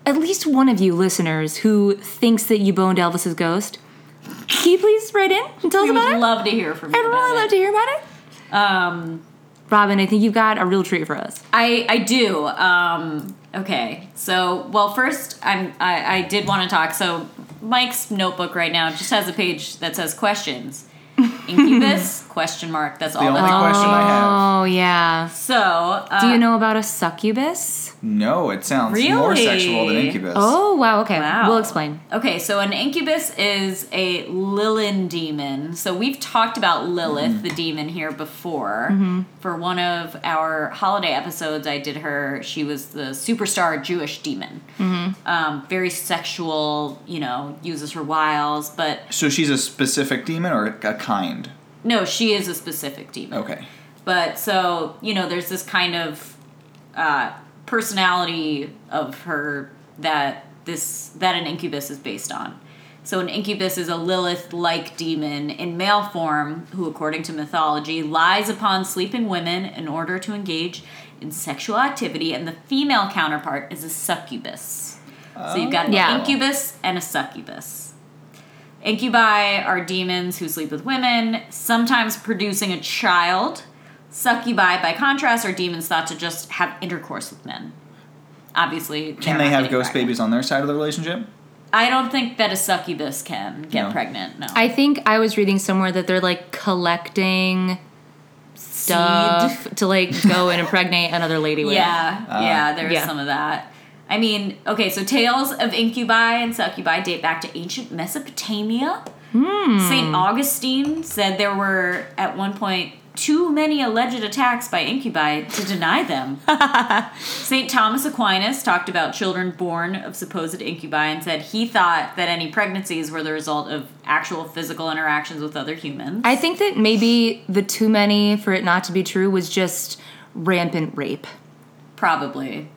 B: at least one of you listeners who thinks that you boned Elvis's ghost. Can you please write in and tell us
A: We
B: about
A: would
B: it?
A: love to hear from you.
B: I'd really
A: about
B: love to hear about it.
A: it. Um,
B: Robin, I think you've got a real treat for us.
A: I I do. Um, okay. So well, first I'm I, I did want to talk. So Mike's notebook right now just has a page that says questions. Incubus question mark. That's
C: the
A: all.
C: only
A: That's on.
C: question I have.
B: Oh yeah.
A: So uh,
B: Do you know about a succubus?
C: No, it sounds more
A: Really?
C: sexual than incubus.
B: Oh wow. Okay.
A: Wow.
B: We'll explain.
A: Okay, so an incubus is a Lilin demon. So we've talked about Lilith, the demon, here before. For one of our holiday episodes, I did her. She was the superstar Jewish demon. Um, very sexual, you know, uses her wiles, but
C: So she's a specific demon or a kind?
A: no, she is a specific demon.
C: Okay.
A: But so, you know, there's this kind of uh, personality of her that this that an incubus is based on. So an incubus is a Lilith-like demon in male form who according to mythology lies upon sleeping women in order to engage in sexual activity and the female counterpart is a succubus. So you've got an
B: Yeah.
A: incubus and a succubus. Incubi are demons who sleep with women, sometimes producing a child. Succubi, by contrast, are demons thought to just have intercourse with men. Obviously,
C: Can they have ghost babies on their side of the relationship?
A: I don't think that a succubus can get
C: No.
A: pregnant. No,
B: I think I was reading somewhere that they're like collecting stuff to like go and impregnate another lady with. Uh,
A: yeah, yeah, there's
B: yeah.
A: some of that. I mean, okay, so tales of incubi and succubi date back to ancient Mesopotamia.
B: Hmm.
A: St. Augustine said there were, at one point, too many alleged attacks by incubi to deny them. St. Thomas Aquinas talked about children born of supposed incubi and said he thought that any pregnancies were the result of actual physical interactions with other humans.
B: I think that maybe the too many for it not to be true was just rampant rape.
A: Probably.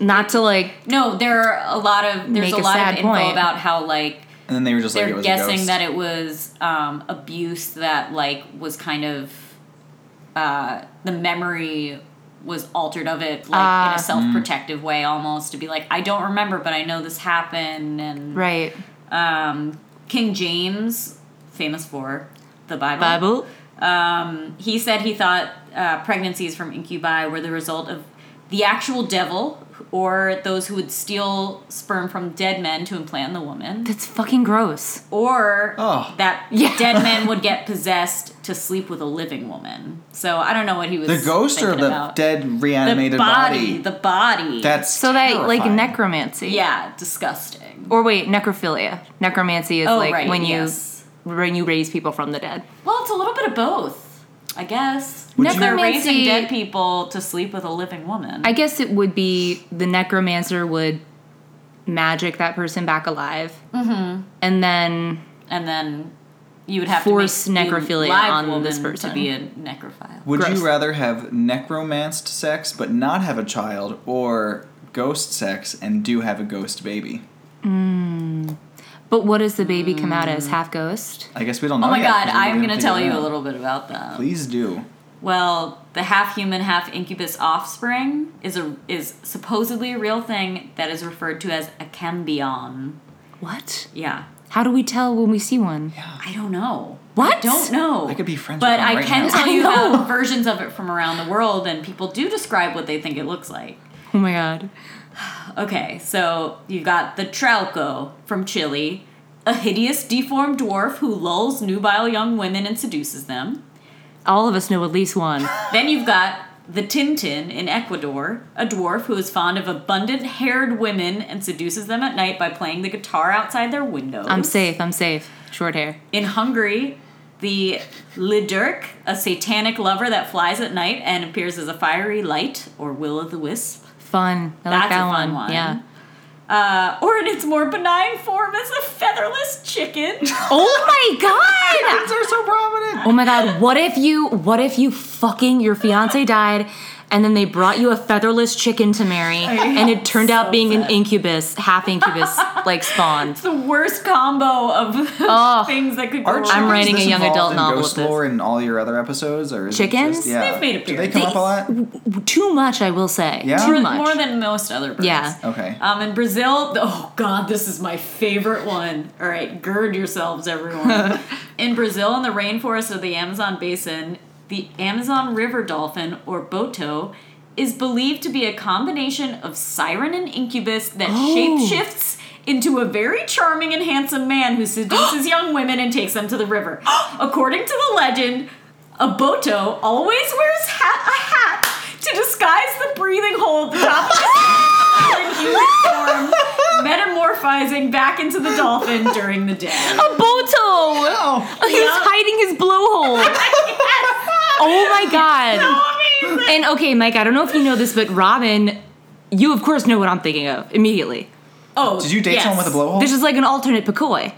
B: Not to like,
A: No, there are a lot of there's
B: Make
A: a
B: a
A: lot
B: sad
A: of info
B: point.
A: about how like
C: And then they were just like, it
A: they're
C: was a
A: guessing
C: ghost.
A: that it was um, abuse that like was kind of uh, the memory was altered of it like in
B: Ah.
A: a self-protective way almost to be like i don't remember but i know this happened and
B: right.
A: um, king james famous for the bible
B: Bible.
A: um, he said he thought uh, pregnancies from incubi were the result of the actual devil or those who would steal sperm from dead men to implant in the woman
B: That's fucking gross.
A: or
C: Oh.
A: that
B: Yeah.
A: dead men would get possessed to sleep with a living woman. So I don't know what he was.
C: the ghost or
A: thinking
C: the
A: about.
C: dead
A: the
C: reanimated body.
A: The body.
C: That's
B: So that like
C: terrifying.
B: necromancy.
A: yeah, disgusting.
B: Or wait, necrophilia. Necromancy is
A: Oh,
B: like
A: right,
B: when you
A: yes.
B: when you raise people from the dead.
A: Well, it's a little bit of both, I guess.
C: Would
A: If they're
B: you-
A: raising
B: Necromancy-
A: dead people to sleep with a living woman.
B: I guess it would be the necromancer would magic that person back alive. Mm-hmm. And then
A: and then you would have
B: Force
A: to make the
B: necrophilia
A: live
B: on this
A: woman
B: person.
A: to be a necrophile.
C: Would
B: Gross.
C: you rather have necromanced sex but not have a child, or ghost sex and do have a ghost baby?
B: but what does the baby come out as? Half ghost?
C: I guess we don't know.
A: Oh my
C: yet,
A: god,
C: 'cause we
A: I'm
C: haven't
A: gonna tell
C: figured
A: you
C: it
A: a
C: out.
A: little bit about that.
C: Please do.
A: Well, the half human, half incubus offspring is a is supposedly a real thing that is referred to as a cambion.
B: What?
A: Yeah.
B: How do we tell when we see one?
A: I don't know.
B: What?
A: I don't know.
C: I could be friends
A: But
C: with them
A: I
C: right
A: can
C: now.
A: tell
B: I
A: you
B: know.
A: about versions of it from around the world, and people do describe what they think it looks like.
B: Oh my god.
A: Okay, so you've got the Trauco from Chile, a hideous, deformed dwarf who lulls nubile young women and seduces them.
B: All of us know at least one.
A: Then you've got the Tintin in Ecuador, a dwarf who is fond of abundant haired women and seduces them at night by playing the guitar outside their windows.
B: I'm safe. I'm safe. Short hair.
A: In Hungary, the Lidurk, a satanic lover that flies at night and appears as a fiery light or will o' the wisp.
B: Fun. I
A: That's
B: like that
A: a fun
B: one.
A: one.
B: Yeah.
A: Uh, or in its more benign form as a featherless chicken.
B: Oh my god.
C: They're so prominent.
B: Oh my god, what if you what if you fucking your fiance died and then they brought you a featherless chicken to marry and it turned out being an incubus, half incubus like spawn.
A: the worst combo of
B: Oh.
A: things that could go
C: Are
A: wrong.
B: I'm writing
C: chickens
B: a young
C: disinvolved
B: adult
C: in
B: novel
C: Ghost
B: with this.
C: lore in all your other episodes, or is it
B: Chickens?
C: just- yeah,
A: They've made
C: Do they
A: appearance.
C: come up a lot?
B: Too much, I will say.
C: Yeah?
B: Too
C: More-
B: much.
A: More than most other birds.
B: Yeah.
C: Okay.
A: Um, in Brazil, oh god, this is my favorite one. All right, gird yourselves, everyone. in Brazil, in the rainforest of the Amazon basin, the Amazon river dolphin, or boto, is believed to be a combination of siren and incubus that shapeshifts into a very charming and handsome man who seduces young women and takes them to the river. According to the legend, a boto always wears hat- a hat to disguise the breathing hole at the top of his in human form, metamorphizing back into the dolphin during the day.
B: a boto!
C: Oh,
B: He was hiding his blowhole. Oh my god.
A: Amazing.
B: And okay, Mike, I don't know if you know this, but Robin, you of course know what I'm thinking of immediately.
A: Oh,
C: did you date
A: yes.
C: someone with a blowhole?
B: This is like an alternate Pekoi.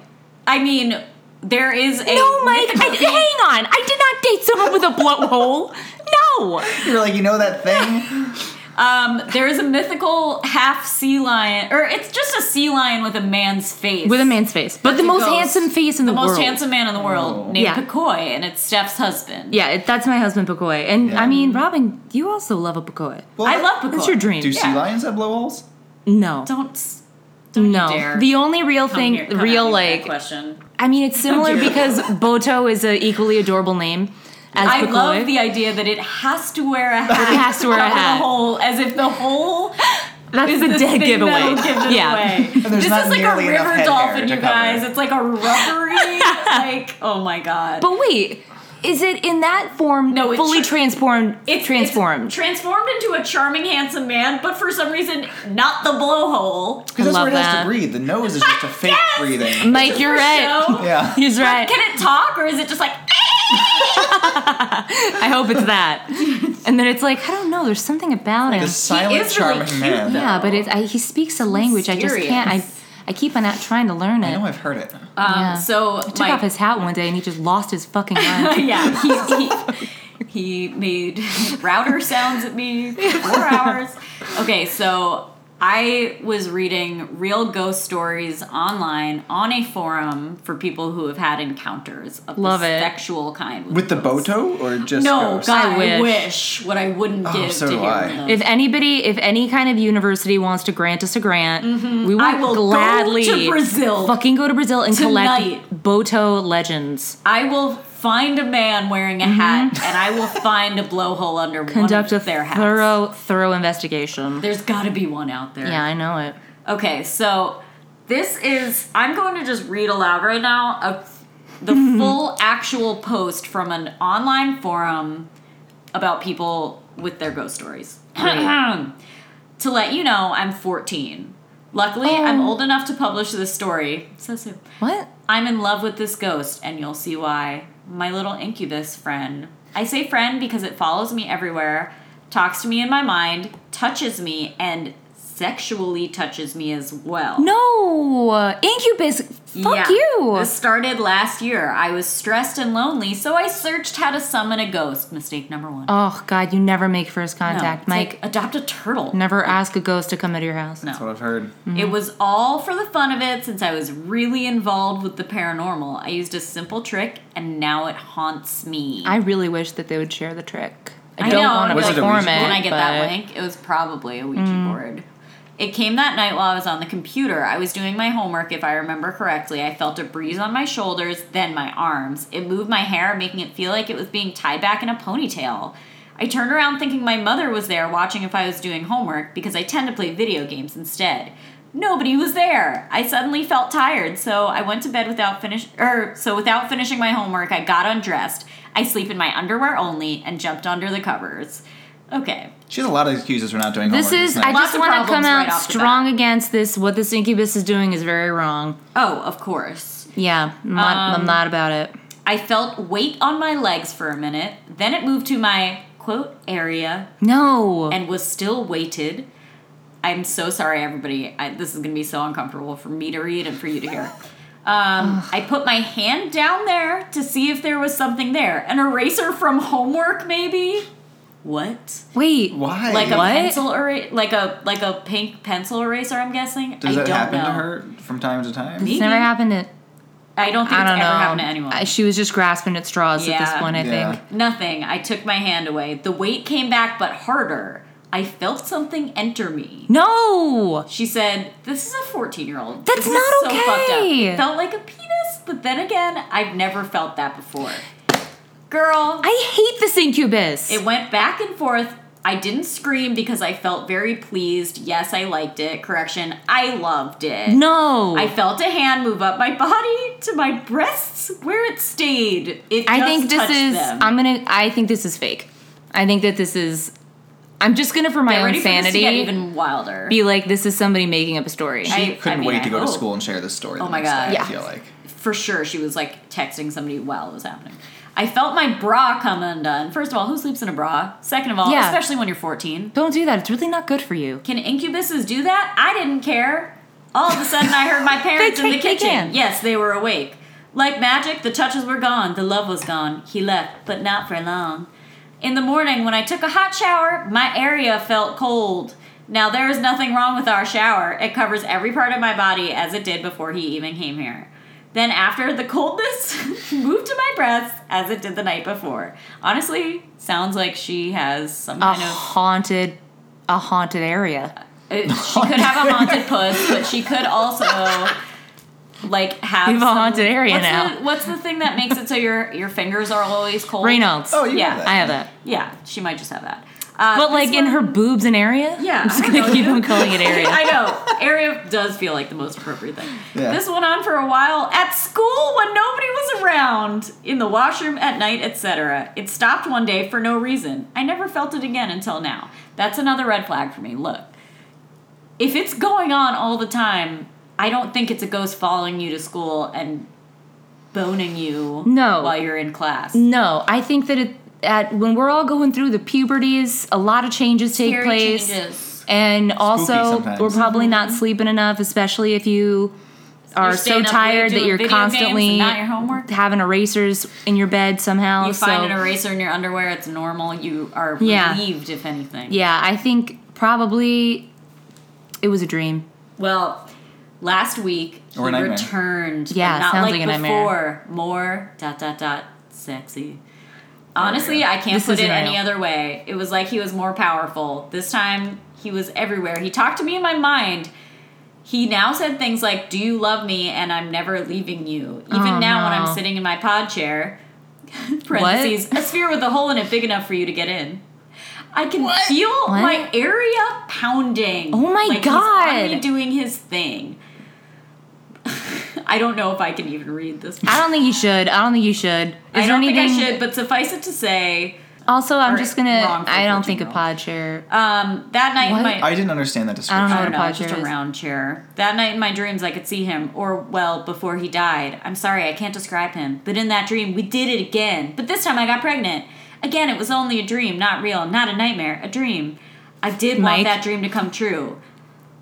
A: I mean, there is a
B: No, Mike, I,
A: mythical-
B: hang on. I did not date someone with a blowhole. No.
C: You're like, you know that thing?
A: um, there is a mythical half sea lion, or it's just a sea lion with a man's face,
B: With a man's face. But the
A: a
B: most
A: ghost.
B: handsome face in the,
A: the most
B: world.
A: handsome man in the world,
C: Oh.
A: named
B: Yeah.
A: Pecoy, and it's Steph's husband.
B: Yeah, it, that's my husband, Pekoi. And
C: Yeah.
B: I mean, Robin, you also love a Pekoi.
C: Well,
A: I love Pecoy.
B: That's your dream.
C: Do sea
A: Yeah.
C: lions have blowholes?
B: No.
A: Don't. s- Don't you
B: no.
A: dare
B: The only real
A: come
B: thing,
A: here- come at me
B: real
A: with that
B: like,
A: question.
B: I mean, it's similar
A: Don't you-
B: because Boto is an equally adorable name as
A: I
B: Pekoi.
A: love the idea that it has to wear a hat.
B: It has to wear a
A: cover the
B: hat.
A: whole- as if the whole
B: That's
A: is
B: the
A: the
B: dead
A: thing
B: giveaway.
A: that'll give it
B: yeah.
A: away.
C: there's
A: This
C: not
A: is like a
C: nearly enough
A: river
C: head hair
A: dolphin,
C: to
A: you
C: cover
A: guys.
C: it.
A: It's like a rubbery, like oh my god.
B: But wait, is it in that form
A: No, it's
B: fully
A: tr-
B: transformed?
A: it's
B: transformed.
A: it's transformed into a charming, handsome man, but for some reason, not the blowhole.
C: Because that's
B: love
C: where it has
B: that.
C: to breathe. The nose is just a fake
A: Yes!
C: breathing.
B: Mike, you're
A: For
B: right.
A: show.
C: Yeah.
B: He's right.
A: Can it talk, or is it just like?
B: I hope it's that. and then it's like, I don't know, there's something about him.
C: The silent
A: is really
C: charming
A: cute,
C: man.
A: though.
B: yeah, but it, I, he speaks a language I just can't. I,
A: Mysterious.
B: I keep on not trying to learn it.
C: I know I've heard it.
A: Um,
B: Yeah.
A: So
B: He took
A: Mike,
B: off his hat one day and he just lost his fucking mind.
A: yeah, he, he, he made router sounds at me for four hours. Okay, so I was reading real ghost stories online on a forum for people who have had encounters of
B: Love
A: the
B: it.
A: sexual kind. With,
C: With the
A: ghosts.
C: boto or just
A: No,
C: ghosts?
A: God, I
B: I
A: wish.
B: wish.
A: what I wouldn't give
C: Oh, so
A: to
C: do
A: hear
C: I.
A: from them.
B: if anybody, if any kind of university wants to grant us a grant, we will,
A: Mm-hmm. I will go
B: gladly
A: to Brazil.
B: fucking go to Brazil and
A: Tonight.
B: collect Boto legends.
A: I will find a man wearing a hat, and I will find a blowhole under
B: Mm-hmm. Conduct
A: one
B: a
A: of their hats.
B: thorough, thorough investigation.
A: There's got to be one out there.
B: yeah, I know it.
A: Okay, so this is I'm going to just read aloud right now a, the full actual post from an online forum about people with their ghost stories. to let you know, I'm 14. Luckily, I'm
B: Oh.
A: old enough to publish this story. So soon.
B: What?
A: I'm in love with this ghost, and you'll see why. My little incubus friend. I say friend because it follows me everywhere, talks to me in my mind, touches me, and sexually touches me as well.
B: No, Incubus. Fuck
A: Yeah.
B: you.
A: This started last year. I was stressed and lonely, so I searched how to summon a ghost. Mistake number one.
B: Oh God, you never make first
A: No,
B: contact,
A: it's
B: Mike.
A: like, adopt a turtle.
B: never ask a ghost to come into your house.
A: No.
C: That's what I've heard.
A: It was all for the fun of it since I was really involved with the paranormal. I used a simple trick, and now it haunts me.
B: I really wish that they would share the trick. I,
A: I
B: don't
A: know,
B: want to
A: Was it a
B: perform it.
C: Ouija board? Mm.
A: When I get that
B: but-
A: link, it was probably a Ouija board. It came that night while I was on the computer. I was doing my homework, if I remember correctly. I felt a breeze on my shoulders, then my arms. It moved my hair, making it feel like it was being tied back in a ponytail. I turned around thinking my mother was there watching if I was doing homework because I tend to play video games instead. Nobody was there. I suddenly felt tired, so I went to bed without finish or so without finishing my homework. I got undressed. I sleep in my underwear only and jumped under the covers. Okay.
C: She has a lot of excuses for not doing
B: This
C: homework
B: is.
C: night.
B: I
A: Lots
B: just
A: of
B: want to come
A: problems right
B: out
A: off the
B: strong against this. What this incubus is doing is very wrong.
A: Oh, of course. Um,
B: Yeah, I'm not, I'm not about it.
A: I felt weight on my legs for a minute. Then it moved to my quote area
B: No.
A: and was still weighted. I'm so sorry, everybody. I, this is going to be so uncomfortable for me to read and for you to hear. Um, I put my hand down there to see if there was something there. An eraser from homework, maybe? What?
B: Wait.
C: Why?
A: Like a
B: What?
A: pencil eraser? Like a like a pink pencil eraser? I'm guessing.
C: Does
A: I
C: that
A: don't
C: happen
A: know.
C: to her from time to time?
A: Me?
B: It's never happened to.
A: I don't think
B: I
A: it's ever
B: don't know.
A: happened to anyone.
B: I- she was just grasping at straws at this
A: Yeah.
B: point. I
C: Yeah.
B: think.
A: Nothing. I took my hand away. The weight came back, but harder. I felt something enter me.
B: No.
A: She said, "This is a fourteen-year-old.
B: That's
A: This is
B: not
A: so fucked up.
B: okay."
A: Felt like a penis, but then again, I've never felt that before. Girl,
B: I hate this incubus.
A: it went back and forth. I didn't scream because I felt very pleased. Yes, I liked it. Correction, I loved it.
B: no.
A: I felt a hand move up my body to my breasts where it stayed. It.
B: I
A: just
B: think this
A: touched
B: is.
A: Them.
B: I'm gonna. I think this is fake. I think that this is. I'm just gonna, for my
A: Get
B: own
A: ready for this to
B: sanity,
A: get even wilder.
B: be like, this is somebody making up a story.
A: I-
C: She
A: I
C: couldn't
A: mean,
C: wait
A: I
C: to go to
A: hope.
C: school and share this story.
A: Oh
C: the
A: my
C: next
A: God.
C: day,
B: Yeah.
C: I feel like.
A: for sure she was like texting somebody while it was happening. I felt my bra come undone. First of all, who sleeps in a bra? Second of all,
B: Yeah.
A: especially when you're 14.
B: Don't do that. It's really not good for you.
A: Can incubuses do that? I didn't care. All of a sudden, I heard my parents in the
B: can- they
A: kitchen.
B: can.
A: Yes, they were awake. Like magic, the touches were gone, the love was gone. He left, but not for long. In the morning, when I took a hot shower, my area felt cold. Now, there is nothing wrong with our shower. It covers every part of my body as it did before he even came here. Then, after the coldness moved to my breasts as it did the night before. Honestly, sounds like she has some
B: A
A: kind of
B: haunted, a haunted area.
A: it, Uh, she could have a haunted puss, but she could also like have
B: We have a
A: some-
B: haunted area
A: what's
B: now.
A: The, what's the thing that makes it so your your fingers are always cold?
B: Reynolds.
C: Oh, you
A: Yeah.
C: have that.
B: I have that.
A: Yeah, she might just have that. Uh,
B: But
A: this
B: like in
A: one-
B: her boobs and area.
A: Yeah,
B: I'm just
A: I
B: gonna
A: know.
B: keep on calling it area.
A: I know area does feel like the most appropriate thing.
C: Yeah.
A: This went on for a while at school when nobody was around, in the washroom at night, etc. It stopped one day for no reason. I never felt it again until now. That's another red flag for me. Look, if it's going on all the time, I don't think it's a ghost following you to school and boning you
B: No.
A: while you're in class.
B: No, I think that it at when we're all going through the puberties, a lot of changes take
A: Scary
B: place.
A: changes. Mm-hmm.
B: And also,
C: sometimes.
B: we're probably not sleeping enough, especially if you are
A: You're
B: so
A: staying up late
B: tired that
A: doing
B: you're
A: video games and
B: constantly
A: not your homework?
B: having erasers in your bed somehow.
A: You find
B: so-
A: an eraser in your underwear, it's normal. You are
B: Yeah.
A: relieved, if anything.
B: yeah, I think probably it was a dream.
A: Well, last week
C: Or a
A: he
C: nightmare.
A: returned.
B: Yeah,
A: but not
B: sounds
A: like
B: like a nightmare.
A: before. More dot dot dot sexy. Honestly,
C: yeah.
A: I can't
B: This
A: put it
B: isn't
A: any
B: real.
A: other way. It was like he was more powerful. This time he was everywhere. He talked to me in my mind. He now said things like, Do you love me? And I'm never leaving you. Even
B: Oh,
A: now, when
B: no.
A: I'm sitting in my pod chair, parentheses, a sphere with a hole in it big enough for you to get in. I can feel
B: What?
A: my area pounding.
B: Oh my
A: Like, he's on me
B: God.
A: doing his thing. I don't know if I can even read this.
B: I don't think you should. I don't think you should. Is
A: I
B: there
A: don't think
B: anything?
A: I should, but suffice it to say,
B: Also, I'm
A: Or
B: just gonna.
A: wrong for
B: I don't think a
A: 14-year-old.
B: pod share.
A: um, that night
B: What?
A: in my
C: I didn't understand that description.
B: know
A: I
B: what
A: don't
B: a
A: know,
B: pod
A: Oh, just
B: chair
A: a
B: is.
A: round chair. That night in my dreams, I could see him, or well, before he died. I'm sorry, I can't describe him. But in that dream, we did it again. But this time, I got pregnant. Again, it was only a dream, not real, not a nightmare, a dream. I did
B: Mike?
A: want that dream to come true.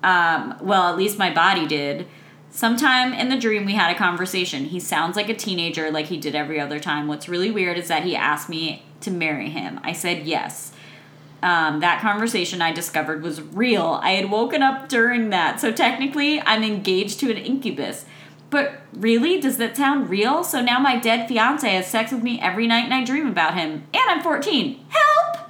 A: Um, well, at least my body did. Sometime in the dream, we had a conversation. He sounds like a teenager, like he did every other time. What's really weird is that he asked me to marry him. I said yes um, that conversation I discovered was real. I had woken up during that, so technically I'm engaged to an incubus. But really, does that sound real? So now my dead fiance has sex with me every night and I dream about him. And I'm 14. Help!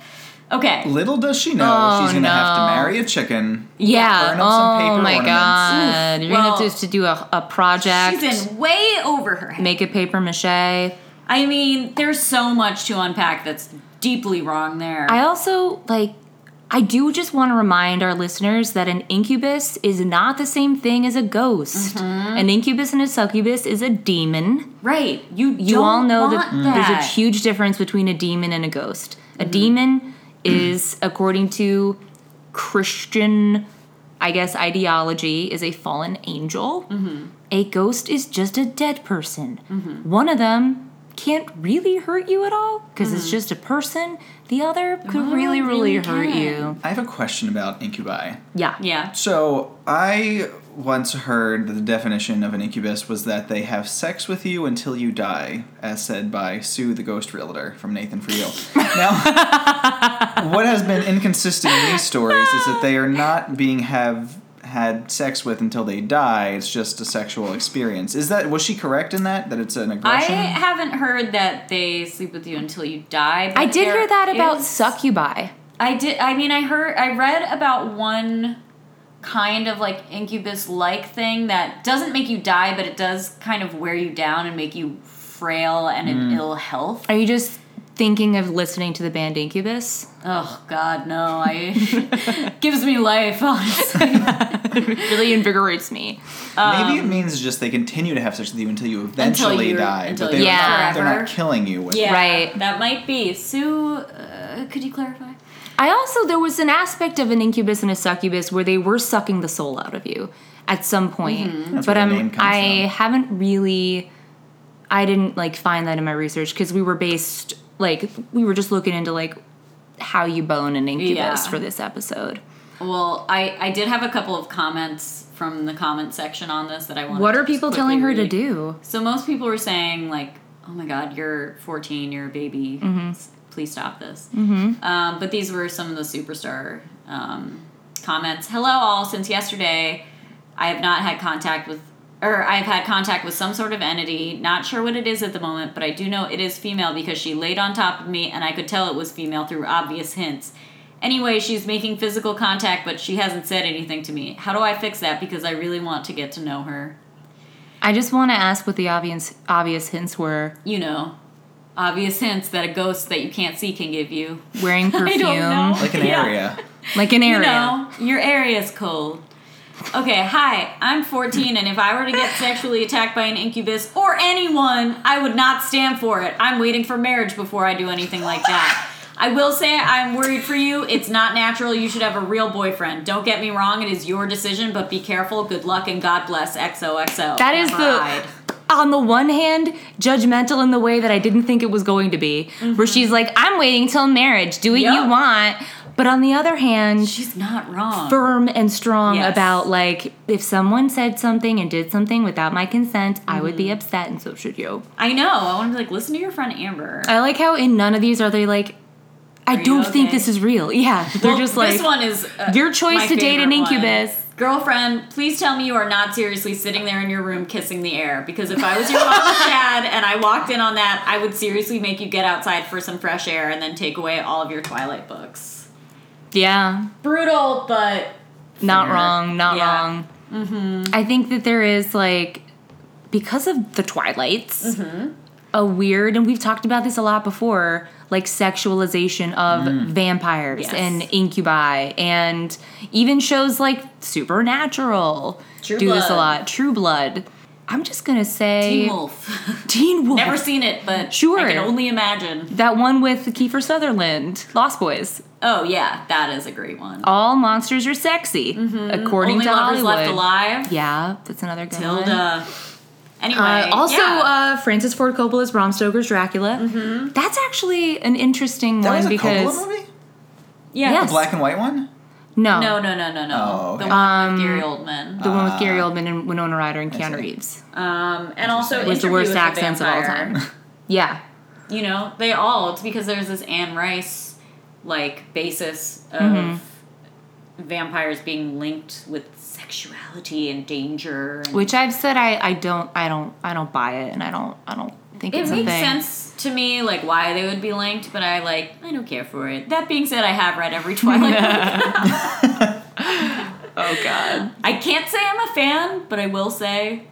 A: Okay.
C: Little does she know
B: Oh,
C: she's gonna have to
B: no.
C: marry a chicken.
B: Yeah.
C: Burn up some
B: Oh
C: paper
B: my
C: ornaments.
B: god. You're gonna have to,
A: Well,
B: just to do a, a project.
A: She's in way over her head.
B: Make a paper mache. I
A: I mean, there's so much to unpack that's deeply wrong there.
B: also like. I do just want to remind our listeners that an incubus is not the same thing as a ghost.
A: Mm-hmm.
B: An incubus and a succubus is a demon.
A: right. You,
B: You
A: don't
B: all know
A: want
B: that,
A: that. Mm-hmm.
B: there's a huge difference between a demon and a ghost. A demon is, according to Christian, I guess, ideology, is a
A: Mm-hmm.
B: fallen angel. A ghost is just a dead person. One of them can't really hurt you at all because it's
A: Mm-hmm.
B: just a person. The other could
A: One
B: really,
A: really
B: really, hurt
A: can.
B: you.
C: I have a question about incubi.
B: Yeah.
A: Yeah.
C: So I once heard that the definition of an incubus was that they have sex with you until you die, as said by Sue the Ghost Realtor from Nathan for You. now, what has been inconsistent in these stories is that they are not being have had sex with until they die. It's just a sexual experience. Is that was she correct in that that it's an
A: I
C: aggression?
A: haven't heard that they sleep with you until you die. but
B: I did
A: there
B: hear that about
A: is-
B: succubi.
A: I did. I mean, I heard. I read about one kind of like incubus like thing that doesn't make you die, but it does kind of wear you down and make you frail and in
C: Mm.
A: ill health.
B: Are you just thinking of listening to the band Incubus?
A: Oh God, no! I gives me life. Honestly,
B: It really invigorates me.
C: Maybe it means just they continue to have sex with you until you
A: um, Until
C: eventually
A: you're-
C: die,
A: until
C: but they're,
B: you're
C: not, they're
A: forever.
C: not killing you with it.
A: yeah,
B: Right.
A: That might be Sue. Uh, could you clarify?
B: I also there was an aspect of an incubus and a succubus where they were sucking the soul out of you at some point.
C: Mm-hmm. That's
B: But
C: where the
B: I'm
C: name comes
B: I
C: from.
B: haven't really I didn't like find that in my research because we were based like we were just looking into like how you bone an incubus
A: Yeah.
B: for this episode.
A: Well, I I did have a couple of comments from the comment section on this that I wanted.
B: What
A: to
B: are
A: just
B: people
A: quickly
B: telling her to
A: read.
B: do?
A: So most people were saying like, "Oh my God, you're 14, you're a baby. S- Please stop this." Mm-hmm. Um, but these were some of the superstar um, comments. Hello, all. Since yesterday, I have not had contact with, or I have had contact with some sort of entity. Not sure what it is at the moment, but I do know it is female because she laid on top of me, and I could tell it was female through obvious hints. Anyway, she's making physical contact, but she hasn't said anything to me. How do I fix that? Because I really want to get to know her.
B: I just want to ask what the obvious obvious hints were.
A: you know, obvious hints that a ghost that you can't see can give you.
B: Wearing
A: I
B: perfume,
A: don't know.
C: Like an
A: Yeah.
C: area.
B: like an
A: You
B: area.
A: know, your area's cold. Okay, hi, I'm 14, and if I were to get sexually attacked by an incubus or anyone, I would not stand for it. I'm waiting for marriage before I do anything like that. I will say I'm worried for you. It's not natural. You should have a real boyfriend. Don't get me wrong, it is your decision, but be careful. Good luck and God bless. XOXO.
B: That is the-
A: Amber Hyde.
B: on the one hand, judgmental in the way that I didn't think it was going to be,
A: Mm-hmm.
B: where she's like, I'm waiting till marriage, do what you
A: Yep.
B: want. But on the other hand, she's
A: She's not wrong.
B: firm and strong
A: Yes.
B: about, like, if someone said something and did something without my consent, I would be
A: Mm-hmm.
B: upset, and so should you.
A: I know. I want to be like, listen to your friend Amber.
B: I like how in none of these are they like, I
A: you
B: don't think
A: okay?
B: this is real. Yeah, they're
A: Well,
B: just like,
A: this one is uh,
B: your choice
A: my
B: to date an
A: favorite one.
B: incubus.
A: Girlfriend, please tell me you are not seriously sitting there in your room kissing the air. Because if I was your mom, Chad, and I walked in on that, I would seriously make you get outside for some fresh air and then take away all of your Twilight books.
B: yeah,
A: Brutal, but
B: not
C: Fair.
B: wrong, not
A: Yeah. Mm-hmm.
B: wrong. I think that there is like because of the Twilights,
A: Mm-hmm.
B: a weird, and we've talked about this a lot before, like sexualization of vampires
A: Mm. Yes.
B: and incubi, and even shows like Supernatural
A: True
B: do this a
A: Blood.
B: lot. True Blood. I'm just gonna say
A: Teen Wolf.
B: Teen Wolf.
A: Never seen it, but
B: Sure.
A: I can only imagine.
B: that one with Kiefer Sutherland, Lost Boys.
A: Oh yeah, that is a great one.
B: All monsters are sexy, according
A: Mm-hmm. Only
B: to
A: lovers
B: Hollywood.
A: left alive.
B: Yeah, that's another good one.
A: Tilda. Anyway,
B: Uh, also,
A: yeah. Mm-hmm.
B: uh, Francis Ford Coppola's Bram Stoker's Dracula. That's actually an interesting
C: That
B: one
C: was a
B: because
C: Coppola movie?
A: yeah.
B: yes.
C: Black and white one?
B: no,
A: No, no, no, no, no.
C: Oh, okay.
A: The one
B: Um,
A: with Gary Oldman.
B: the one with Gary
A: Uh,
B: Oldman and Winona Ryder and Keanu
C: see.
B: Reeves
A: Um, and also
B: was the
A: Interview
B: worst
A: with
B: accents of all
A: Vampire.
B: time. yeah,
A: You know, they all. It's because there's this Anne Rice like basis of
B: Mm-hmm.
A: vampires being linked with sexuality and danger. And
B: which I've said I, I don't I don't I don't buy it and I don't I don't think
A: it
B: it's
A: makes
B: a thing.
A: sense to me, like why they would be linked, but I like I don't care for it. That being said, I have read every Twilight. book.
B: Oh God.
A: I can't say I'm a fan, but I will say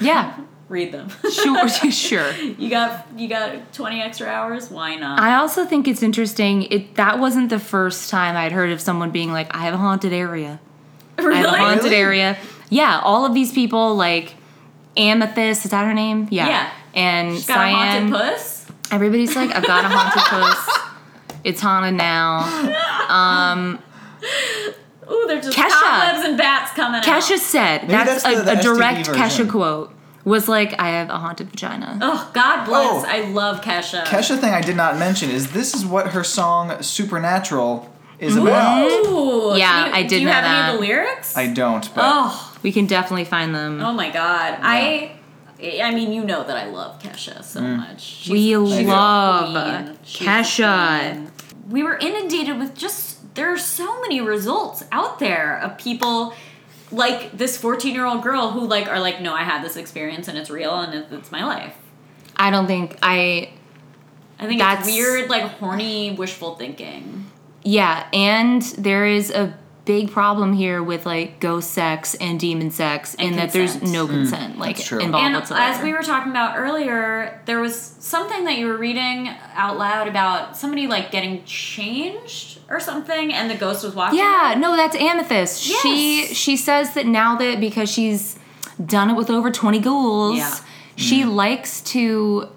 B: Yeah.
A: read them.
B: Sure. sure.
A: you got you got twenty extra hours. Why not?
B: I also think it's interesting. It that wasn't the first time I'd heard of someone being like, I have a haunted area.
A: really?
B: I have a haunted
C: Really?
B: area. Yeah, all of these people like Amethyst, is that her name? Yeah.
A: Yeah.
B: And
A: got a haunted
B: Cyan.
A: puss.
B: Everybody's like, I've got a haunted puss. It's haunted now.
A: Ooh, they're just
B: Kesha.
A: cobwebs and bats coming out.
B: Kesha said, that's,
C: that's the-
B: a,
C: the
B: a direct
C: STD version.
B: Kesha quote. was like, I have a haunted vagina.
A: Oh, God bless.
C: Oh.
A: I love Kesha.
C: Kesha thing I did not mention is this is what her song Supernatural is about.
A: Ooh,
B: Yeah,
A: do you-
B: I did
A: Do you
B: know
A: have any
B: that.
A: of the lyrics?
C: I don't, but
A: oh,
B: We can definitely find them.
A: oh my God. I, I mean, you know that I love Kesha so
C: Mm.
A: much. She's-
B: we
A: she's a
B: love
A: queen. She's a
B: Kesha.
A: queen. We were inundated with just there are so many results out there of people like this 14 year old girl who like are like no i had this experience and it's real and it- it's my life
B: I don't think I.
A: i think
B: That's-
A: it's weird like horny wishful thinking
B: Yeah, and there is a big problem here with like ghost sex and demon sex, and,
A: And
B: that there's
A: consent.
B: no consent like
C: that's true.
B: involved
A: and
B: whatsoever.
A: as we were talking about earlier there was something that you were reading out loud about somebody like getting changed or something and the ghost was watching
B: yeah, no, that's Amethyst. She
A: Yes.
B: she says that now that because she's done it with over twenty ghouls,
A: Yeah.
B: she likes to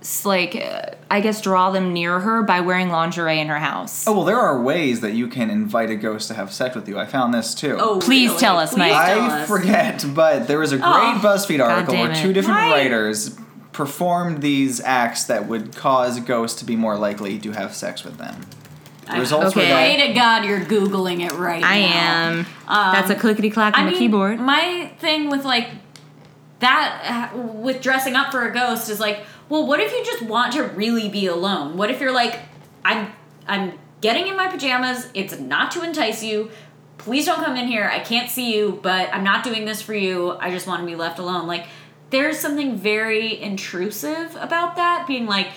B: s- like uh, I guess draw them near her by wearing lingerie in her house.
C: oh well, there are ways that you can invite a ghost to have sex with you. I found this too.
A: oh
B: Please
A: really?
B: tell us,
A: Please
B: Mike.
A: tell
C: I
A: us.
C: forget, but there was a great
A: Oh.
C: BuzzFeed article
B: damn
C: where
B: it.
C: two different
A: Why?
C: writers performed these acts that would cause ghosts to be more likely to have sex with them. The results
B: Okay.
C: were that
A: Pray to God you're Googling it right now.
B: I am. that's a clickety clack
A: Um, I
B: on the
A: mean,
B: keyboard.
A: My thing with like that, uh, with dressing up for a ghost is like, well, what if you just want to really be alone? What if you're like, I'm, I'm getting in my pajamas. It's not to entice you. Please don't come in here. I can't see you, but I'm not doing this for you. I just want to be left alone. Like, there's something very intrusive about that. Being like,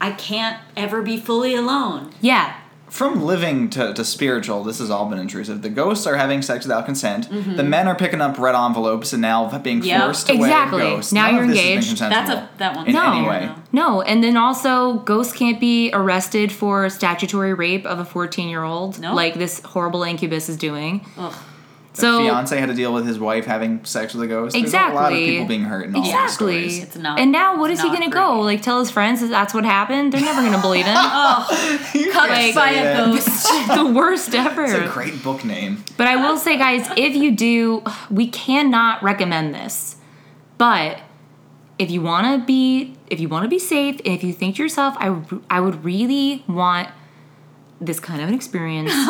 A: I can't ever be fully alone.
B: yeah,
C: from living to, to spiritual, this has all been intrusive. The ghosts are having sex without consent. The men are picking up red envelopes and now being
A: Mm-hmm. Yep.
C: forced to
B: Exactly.
C: wear ghosts.
B: Now
C: None of
B: you're
C: this has been
B: engaged.
A: That's a-
C: consensual
A: that one's
C: in
A: a
B: no,
C: any way.
B: no, and then also ghosts can't be arrested for statutory rape of a fourteen-year-old,
A: No.
B: like this horrible incubus is doing.
A: Ugh.
B: So
C: Fiance had to deal with his wife having sex with a ghost. There's a lot of
B: Exactly.
C: people being hurt in all these
B: exactly,
C: stories.
A: It's not-
B: and now what is he
A: not
B: gonna go?
A: great.
B: Like tell his friends that that's what happened? They're never gonna believe him.
C: You
A: Cut
C: can't
A: by
C: say
A: a
C: that.
A: ghost.
B: the worst ever.
C: It's a great book name.
B: But I will say, guys, if you do, we cannot recommend this. But if you want to be, if you want to be safe, and if you think to yourself, I, I would really want this kind of an experience, we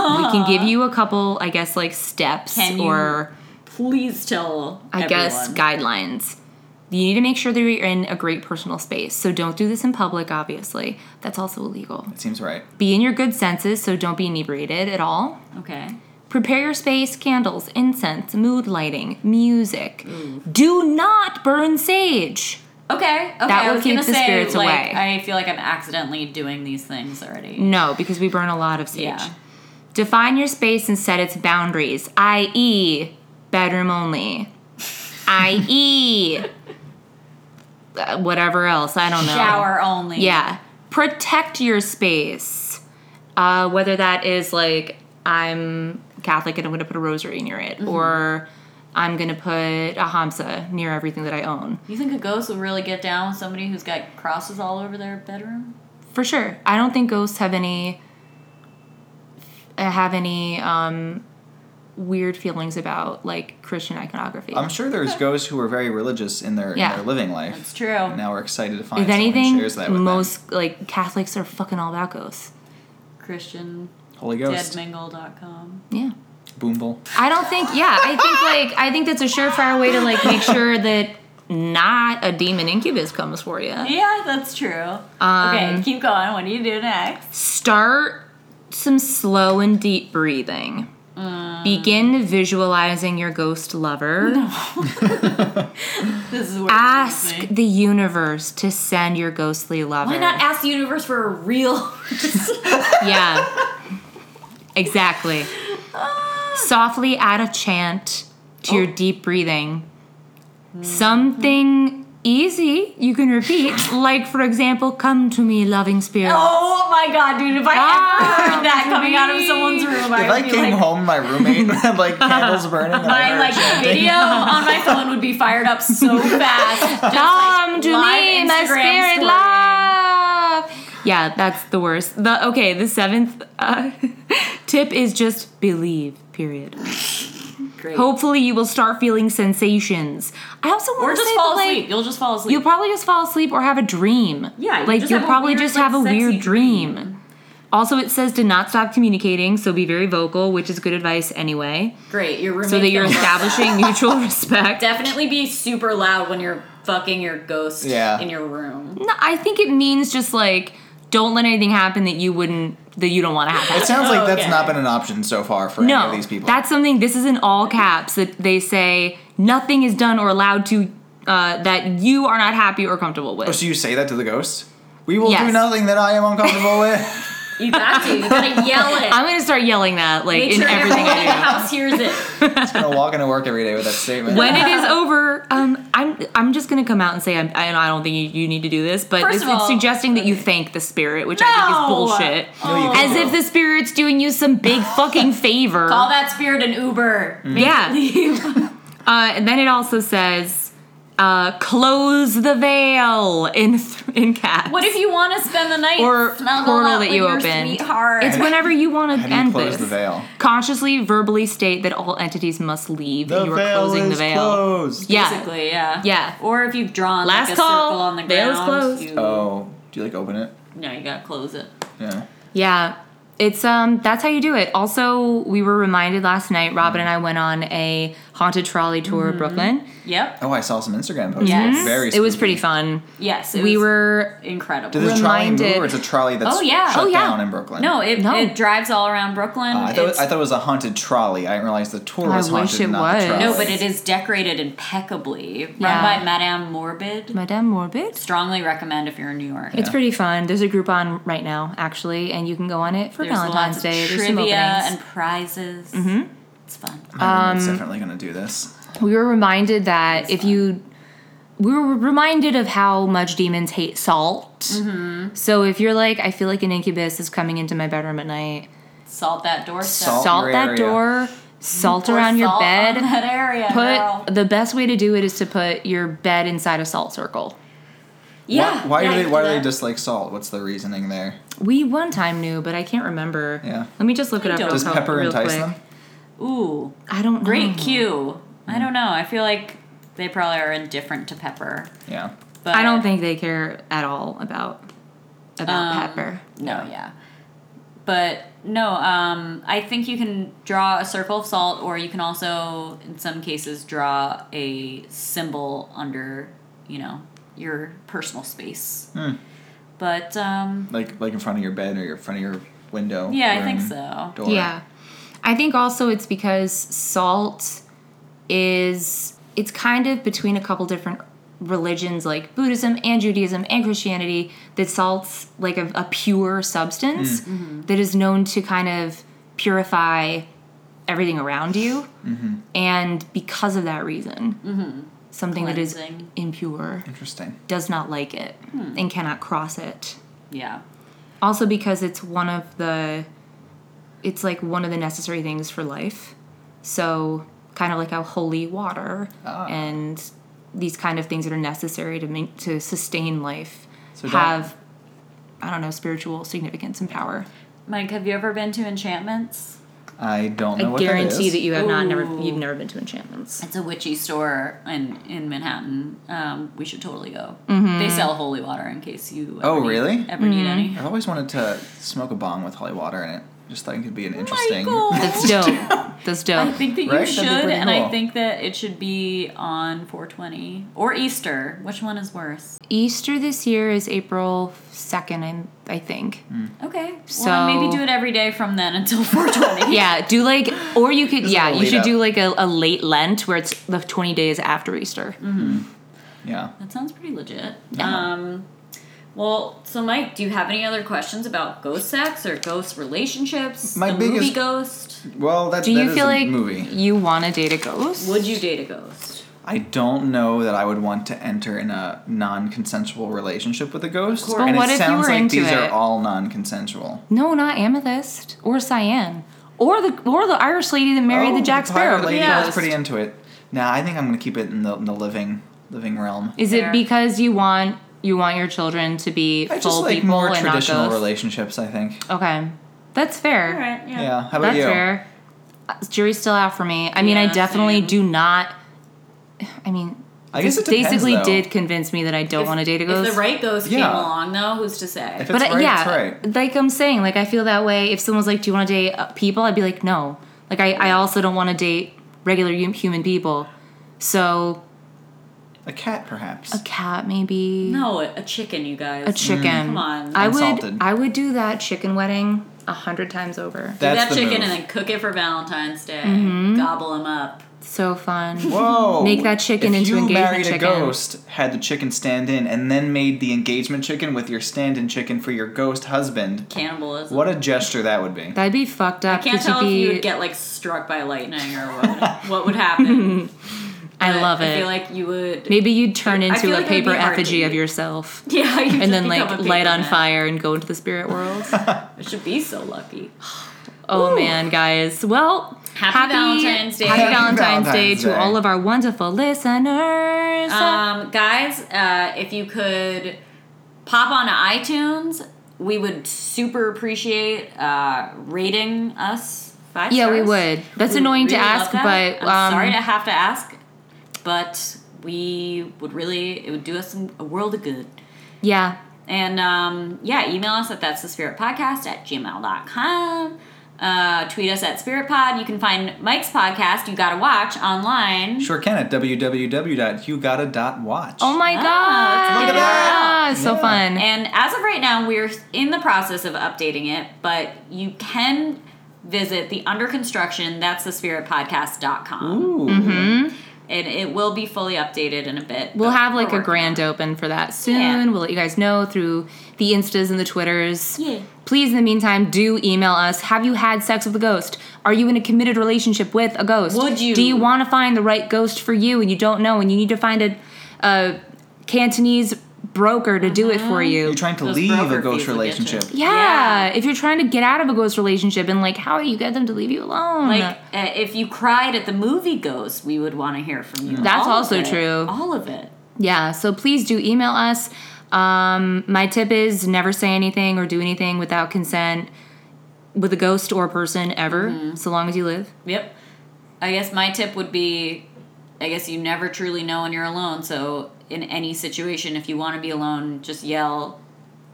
B: can give you a couple, I guess, like steps
A: Can you-
B: or
A: Please tell.
B: I guess
A: everyone.
B: guidelines. You need to make sure that you're in a great personal space. So don't do this in public, obviously. That's also illegal.
C: It seems right.
B: Be in your good senses, so don't be inebriated at all.
A: Okay.
B: Prepare your space, candles, incense, mood lighting, music. Do not burn sage.
A: Okay. Okay.
B: That
A: I
B: will
A: was
B: keep
A: gonna
B: the
A: say,
B: spirits
A: like,
B: away.
A: I feel like I'm accidentally doing these things already.
B: No, because we burn a lot of sage.
A: Yeah.
B: Define your space and set its boundaries, i.e., bedroom only, i.e., uh, whatever else. I don't know.
A: Shower only.
B: Yeah. Protect your space. Uh, whether that is like, I'm Catholic and I'm going to put a rosary near it,
C: Mm-hmm.
B: or I'm going to put a Hamsa near everything that I own.
A: You think a ghost would really get down with somebody who's got crosses all over their bedroom?
B: For sure. I don't think ghosts have any uh, have any um, weird feelings about like Christian iconography.
C: I'm sure there's ghosts who are very religious in their,
B: Yeah.
C: in their living life.
A: That's true.
C: And now we're excited to find
B: if
C: someone who
B: anything,
C: shares that with them.
B: most like Catholics are fucking all about ghosts.
A: Christian
C: Holy Ghost,
A: deadmingle.com.
B: Yeah.
C: Boomble.
B: I don't think. Yeah, I think like I think that's a surefire way to like make sure that not a demon incubus comes for you.
A: Yeah, that's true.
B: Um,
A: okay, keep going. What do you do next?
B: Start some slow and deep breathing.
A: Mm.
B: Begin visualizing your ghost lover.
A: This is where
B: Ask
A: Ask.
B: the universe to send your ghostly lover.
A: Why not ask the universe for a real?
B: Yeah. exactly. Softly add a chant to your
A: Oh.
B: deep breathing. Something easy you can repeat, like, for example, come to me, loving spirit.
A: oh my god, dude! If I
B: Ah,
A: ever heard that coming out of someone's room, I
C: If I
A: would be
C: came
A: like,
C: home, my roommate had like candles burning. and I
A: my
C: heard
A: like video on my phone would be fired up so fast.
B: Come to
A: live
B: me, my
A: Instagram
B: spirit
A: story.
B: love. Yeah, that's the worst. The okay, the seventh uh, tip is just believe. Period.
A: great.
B: Hopefully, you will start feeling sensations. I also want
A: or
B: to
A: just
B: say
A: fall
B: that, like,
A: asleep. You'll just fall asleep.
B: You'll probably just fall asleep or have a dream.
A: Yeah, you
B: like
A: just
B: you'll
A: have a
B: probably
A: weird,
B: just
A: like,
B: have a
A: sexy
B: weird dream.
A: dream.
B: Also, it says to not stop communicating, so be very vocal, which is good advice anyway.
A: great. Your roommate.
B: So that you're
A: don't love
B: establishing mutual respect.
A: Definitely be super loud when you're fucking your ghost
C: Yeah.
A: in your room.
B: No, I think it means just like don't let anything happen that you wouldn't that you don't want to have happen.
C: It sounds like
A: Oh,
C: that's
A: okay.
C: not been an option so far for any
B: no,
C: of these people.
B: that's something. This is in all caps that they say nothing is done or allowed to uh, that you are not happy or comfortable with.
C: oh, so you say that to the ghost? We will
B: Yes.
C: do nothing that I am uncomfortable with.
A: You got to. You gotta yell it.
B: I'm gonna start yelling that like
A: Make
B: in
A: sure everyone
B: everything
A: in the
B: I do.
A: house hears it.
C: I'm gonna walk into work every day with that statement.
B: when it is over, um, I'm I'm just gonna come out and say I'm, I, I don't think you, you need to do this, but
A: First
B: this,
A: of
B: it's
A: all-
B: suggesting that you thank the spirit, which I think is bullshit.
A: Oh.
C: No, you
B: As
C: can't.
B: if the spirit's doing you some big fucking favor.
A: Call that spirit an Uber. Make
B: Yeah.
A: it leave.
B: Uh, and then it also says, uh, close the veil in th- in caps.
A: What if you want to spend the night
B: Or
A: snuggle
B: portal
A: up
B: that
A: with
B: you
A: your
B: opened.
A: Sweetheart.
B: It's whenever you want
C: How
B: to
C: do you
B: end
C: close
B: this.
C: the veil?
B: Consciously, verbally state that all entities must leave.
C: The
B: and you are
C: veil
B: closing the
C: is
B: veil.
C: closed.
B: Yeah.
A: Basically, yeah.
B: Yeah.
A: Or if you've drawn
B: Last
A: like a
B: call.
A: circle on the
B: Veil is
A: ground,
B: closed.
A: you
C: Oh, do you like open it?
A: no, you gotta close it.
C: Yeah.
B: Yeah. It's um that's how you do it. Also, we were reminded last night Robin and I went on a haunted trolley tour of Brooklyn.
A: Yep.
C: Oh, I saw some Instagram posts.
A: Mm-hmm. Yes.
C: It's Very.
B: It was
C: spooky.
B: pretty fun.
A: Yes. it
B: we
A: was
B: were
A: incredible.
C: Did this trolley move,
B: reminded-
C: or it's a trolley that's
A: Oh, yeah.
C: shut
B: Oh, yeah.
C: down in Brooklyn?
A: no, it,
B: No.
A: it drives all around Brooklyn.
C: Uh, I, thought,
A: It's-
C: I thought it was a haunted trolley. I didn't realize the tour
B: I
C: was
B: wish
C: haunted.
B: it
C: not
B: was.
C: The trolley.
A: no, but it is decorated impeccably.
B: Yeah.
A: Run by Madame Morbid.
B: Madame Morbid.
A: Strongly recommend if you're in New York.
B: It's pretty fun. There's a group on right now, actually, and you can go on it for
A: There's
B: Valentine's
A: lots
B: Day.
A: of
B: There's some
A: trivia and
B: openings.
A: prizes. Mm-hmm. It's fun.
C: My
B: Um,
C: roommate's definitely gonna do this.
B: we were reminded that if you we were reminded of how much demons hate salt.
A: Mm-hmm.
B: So if you're like, I feel like an incubus is coming into my bedroom at night,
A: Salt that doorstep.
C: Salt
B: salt
C: your
B: that
C: area.
B: door, salt
A: Pour
B: around your
A: salt
B: bed.
A: on that area,
B: put
A: girl.
B: the best way to do it is to put your bed inside a salt circle.
A: Yeah.
C: Why,
A: yeah,
C: why do
A: you
C: they?
A: can
C: Why
A: do
C: do they
A: that.
C: dislike salt? What's the reasoning there?
B: We one time knew, but I can't remember.
C: Yeah.
B: Let me just look it up.
A: don't.
B: real
C: Does
B: co-
C: pepper
B: real
C: entice
B: quick.
C: them?
A: Ooh,
B: I don't know.
A: great cue. I don't know. I feel like they probably are indifferent to pepper.
C: Yeah.
A: But Um,
B: I don't think they care at all about about pepper.
A: No, Oh, yeah. But no, um, I think you can draw a circle of salt, or you can also, in some cases, draw a symbol under, you know, your personal space.
C: Hmm.
A: But um,
C: Like like in front of your bed or your front of your window.
A: yeah, I think
C: room,
A: so.
C: Door.
B: Yeah. I think also it's because salt is it's kind of between a couple different religions like Buddhism and Judaism and Christianity that salt's like a, a pure substance that is known to kind of purify everything around you. And because of that reason, something that is
A: Cleansing.
B: impure
C: Interesting.
B: does not like it and cannot cross it
A: Yeah.
B: also because it's one of the it's like one of the necessary things for life so kind of like how holy water
C: Ah.
B: and these kind of things that are necessary to make to sustain life
C: So don't-
B: have i don't know spiritual significance and power
A: Mike, have you ever been to enchantments?
C: I don't know
B: i
C: what
B: guarantee that,
C: that is.
B: you have not never
A: Ooh.
B: you've never been to enchantments
A: It's a witchy store in in Manhattan. Um, we should totally go. They sell holy water in case you. Ever
C: Mm-hmm. Oh,
A: need-
C: really?
A: Ever need any?
C: I've always wanted to smoke a bomb with holy water in it. Just thought it could be an interesting.
A: Michael!
B: that's dope that's
A: I
B: dope
A: think that you
C: Right? That'd
A: should,
C: be pretty
A: and
C: cool.
A: I think that it should be on 420 or Easter. Which one is worse?
B: easter this year is april 2nd I'm- i think
A: Okay, well,
B: So-
A: then maybe do it every day from then until 420.
B: yeah do like or you could yeah
C: little
B: you should
C: lead
B: do
C: up.
B: like a, a late lent where it's the 20 days after easter
C: Mm-hmm. Yeah.
A: that sounds pretty legit.
B: Yeah.
A: Um, well, so Mike, do you have any other questions about ghost sex or ghost relationships?
C: My
A: the movie
C: biggest-
A: Ghost.
C: Well, that,
B: Do
C: that
B: you
C: is
B: feel
C: a
B: like
C: movie.
B: you want to date a ghost?
A: Would you date a ghost?
C: I don't know that I would want to enter in a non-consensual relationship with a ghost.
B: But
C: and
B: what if
C: it
B: you
C: sounds
B: were
C: like
B: into
C: these are
B: it?
C: all non-consensual.
B: No, not amethyst or cyan or the or the Irish lady that married
C: Oh,
B: the Jack
C: pirate
B: Sparrow.
C: Lady, I
A: Yeah.
C: was pretty into it. Nah, I think I'm gonna keep it in the, in the living living realm.
B: Is it
A: Fair.
B: because you want you want your children to be full
C: I just like
B: people
C: more
B: and not
C: traditional
B: ghosts?
C: relationships. I think.
B: Okay, that's fair.
A: All right. Yeah.
C: Yeah. How about
B: That's
C: you?
B: fair. Uh, jury's still out for me. I mean, I
A: Yeah,
B: definitely
A: same.
B: do not. I mean,
C: I guess
B: this
C: it depends,
B: basically
C: though.
B: did convince me that I don't want to date a ghost.
A: If the right ghost
C: Yeah.
A: came along, though, who's to say?
C: If
B: but
C: it's
B: uh,
C: right, it's
B: yeah,
C: right.
B: like I'm saying, like I feel that way. If someone's like, "Do you want to date uh, people?" I'd be like, "No." Like I, I also don't want to date regular hum- human people. So
C: A cat, perhaps.
B: a cat, maybe.
A: no, a chicken, you guys.
B: A chicken.
A: Come on.
B: I would.
C: Unsalted.
B: I would do that chicken wedding a hundred times over.
A: Do that
C: That's the
A: chicken
C: move. Mm-hmm.
A: and then cook it for Valentine's Day. Gobble him up.
B: So fun.
C: Whoa!
B: Make that chicken
C: if
B: into
C: you
B: engagement
C: married a
B: chicken.
C: ghost, had the chicken stand in, and then made the engagement chicken with your stand-in chicken for your ghost husband,
A: Cannibalism.
C: what a gesture that would be.
B: That'd be fucked up.
A: I can't
B: 'cause you'd
A: tell if
B: be-
A: you would get like struck by lightning or what, what would happen.
B: I
A: But
B: love it.
A: I feel like you would.
B: Maybe you'd turn
A: I
B: into
A: feel
B: a
A: like it would
B: paper
A: be hard to
B: effigy of
A: eat.
B: yourself,
A: yeah, you
B: and
A: just
B: then
A: become
B: like
A: a
B: light
A: paper
B: on
A: man.
B: fire and go into the spirit world.
A: I should be so lucky.
B: Oh man, guys. Well,
A: Happy Valentine's Day.
B: Happy
C: Happy
B: Valentine's Day
C: Valentine's
B: to
C: Day.
B: all of our wonderful listeners.
A: Um, guys, uh, if you could pop on iTunes, we would super appreciate uh, rating us. Five
B: Yeah, we
A: stars.
B: would. That's annoying to ask,
A: love that.
B: but,
A: I'm
B: um,
A: sorry to have to ask, but we would really it would do us some, a world of good.
B: yeah.
A: And um, yeah, email us at that's the spirit podcast at gmail.com. Uh, tweet us at spirit pod. You can find Mike's podcast, You Gotta Watch, online.
C: Sure can at www.hugotta.watch.
B: Oh my
A: Ah,
B: god.
A: look at
B: Yeah,
C: that.
B: so
C: Yeah.
B: fun.
A: And as of right now, we're in the process of updating it, but you can visit the under construction that's the spirit podcast.com
C: Ooh.
B: Mm-hmm.
A: and it will be fully updated in a bit
B: we'll
A: but
B: have like
A: we're working
B: a
A: on
B: grand open for that soon.
A: Yeah.
B: We'll let you guys know through the instas and the twitters.
A: Yeah.
B: Please, in the meantime, do email us. Have you had sex with a ghost? Are you in a committed relationship with a ghost?
A: Would you?
B: Do you want to find the right ghost for you and you don't know and you need to find a, a Cantonese broker to do it
A: Uh-huh.
B: for you?
C: You're trying to
A: Those
C: leave
A: broker
C: a ghost
A: fees will get you.
C: relationship.
B: yeah, if you're trying to get out of a ghost relationship and like, how do you get them to leave you alone?
A: Like uh, if you cried at the movie Ghost, we would want to hear from you.
B: That's
A: All of
B: also
A: it.
B: true.
A: All of it.
B: Yeah, so please do email us. Um, my tip is never say anything or do anything without consent with a ghost or a person ever, so long as you live.
A: Yep. I guess my tip would be I guess you never truly know when you're alone, so in any situation if you want to be alone, just yell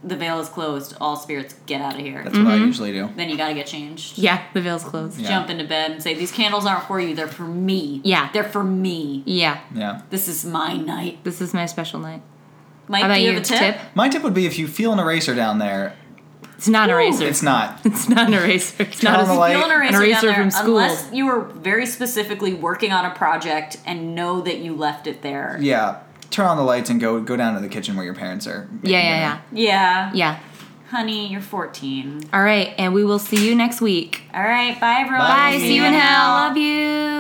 A: the veil is closed, all spirits get out of here.
C: That's
B: Mm-hmm.
C: what I usually do.
A: then you got to get changed.
B: Yeah, the veil's closed. Yeah.
C: Yeah.
A: Jump into bed and say these candles aren't for you, they're for me.
B: Yeah.
A: They're for me.
C: Yeah.
A: This is my night.
B: This is my special night.
A: Mike,
B: How about
A: do you
B: you?
A: have a tip?
C: My tip would be if you feel an eraser down there,
B: It's not an eraser.
C: it's not.
B: It's not an eraser. It's
C: Turn
B: not
C: on the
B: a
C: light.
A: Feel an
C: An
A: eraser,
B: eraser
A: down there,
B: from school.
A: Unless you were very specifically working on a project and know that you left it there.
C: Yeah. Turn on the lights and go go down to the kitchen where your parents are. making
B: Yeah, yeah, yeah.
C: dinner.
A: Yeah.
B: Yeah.
A: Honey, you're 14.
B: All right, and we will see you next week.
A: All right. Bye, everyone.
C: Bye.
B: Bye. See you in hell. Love you.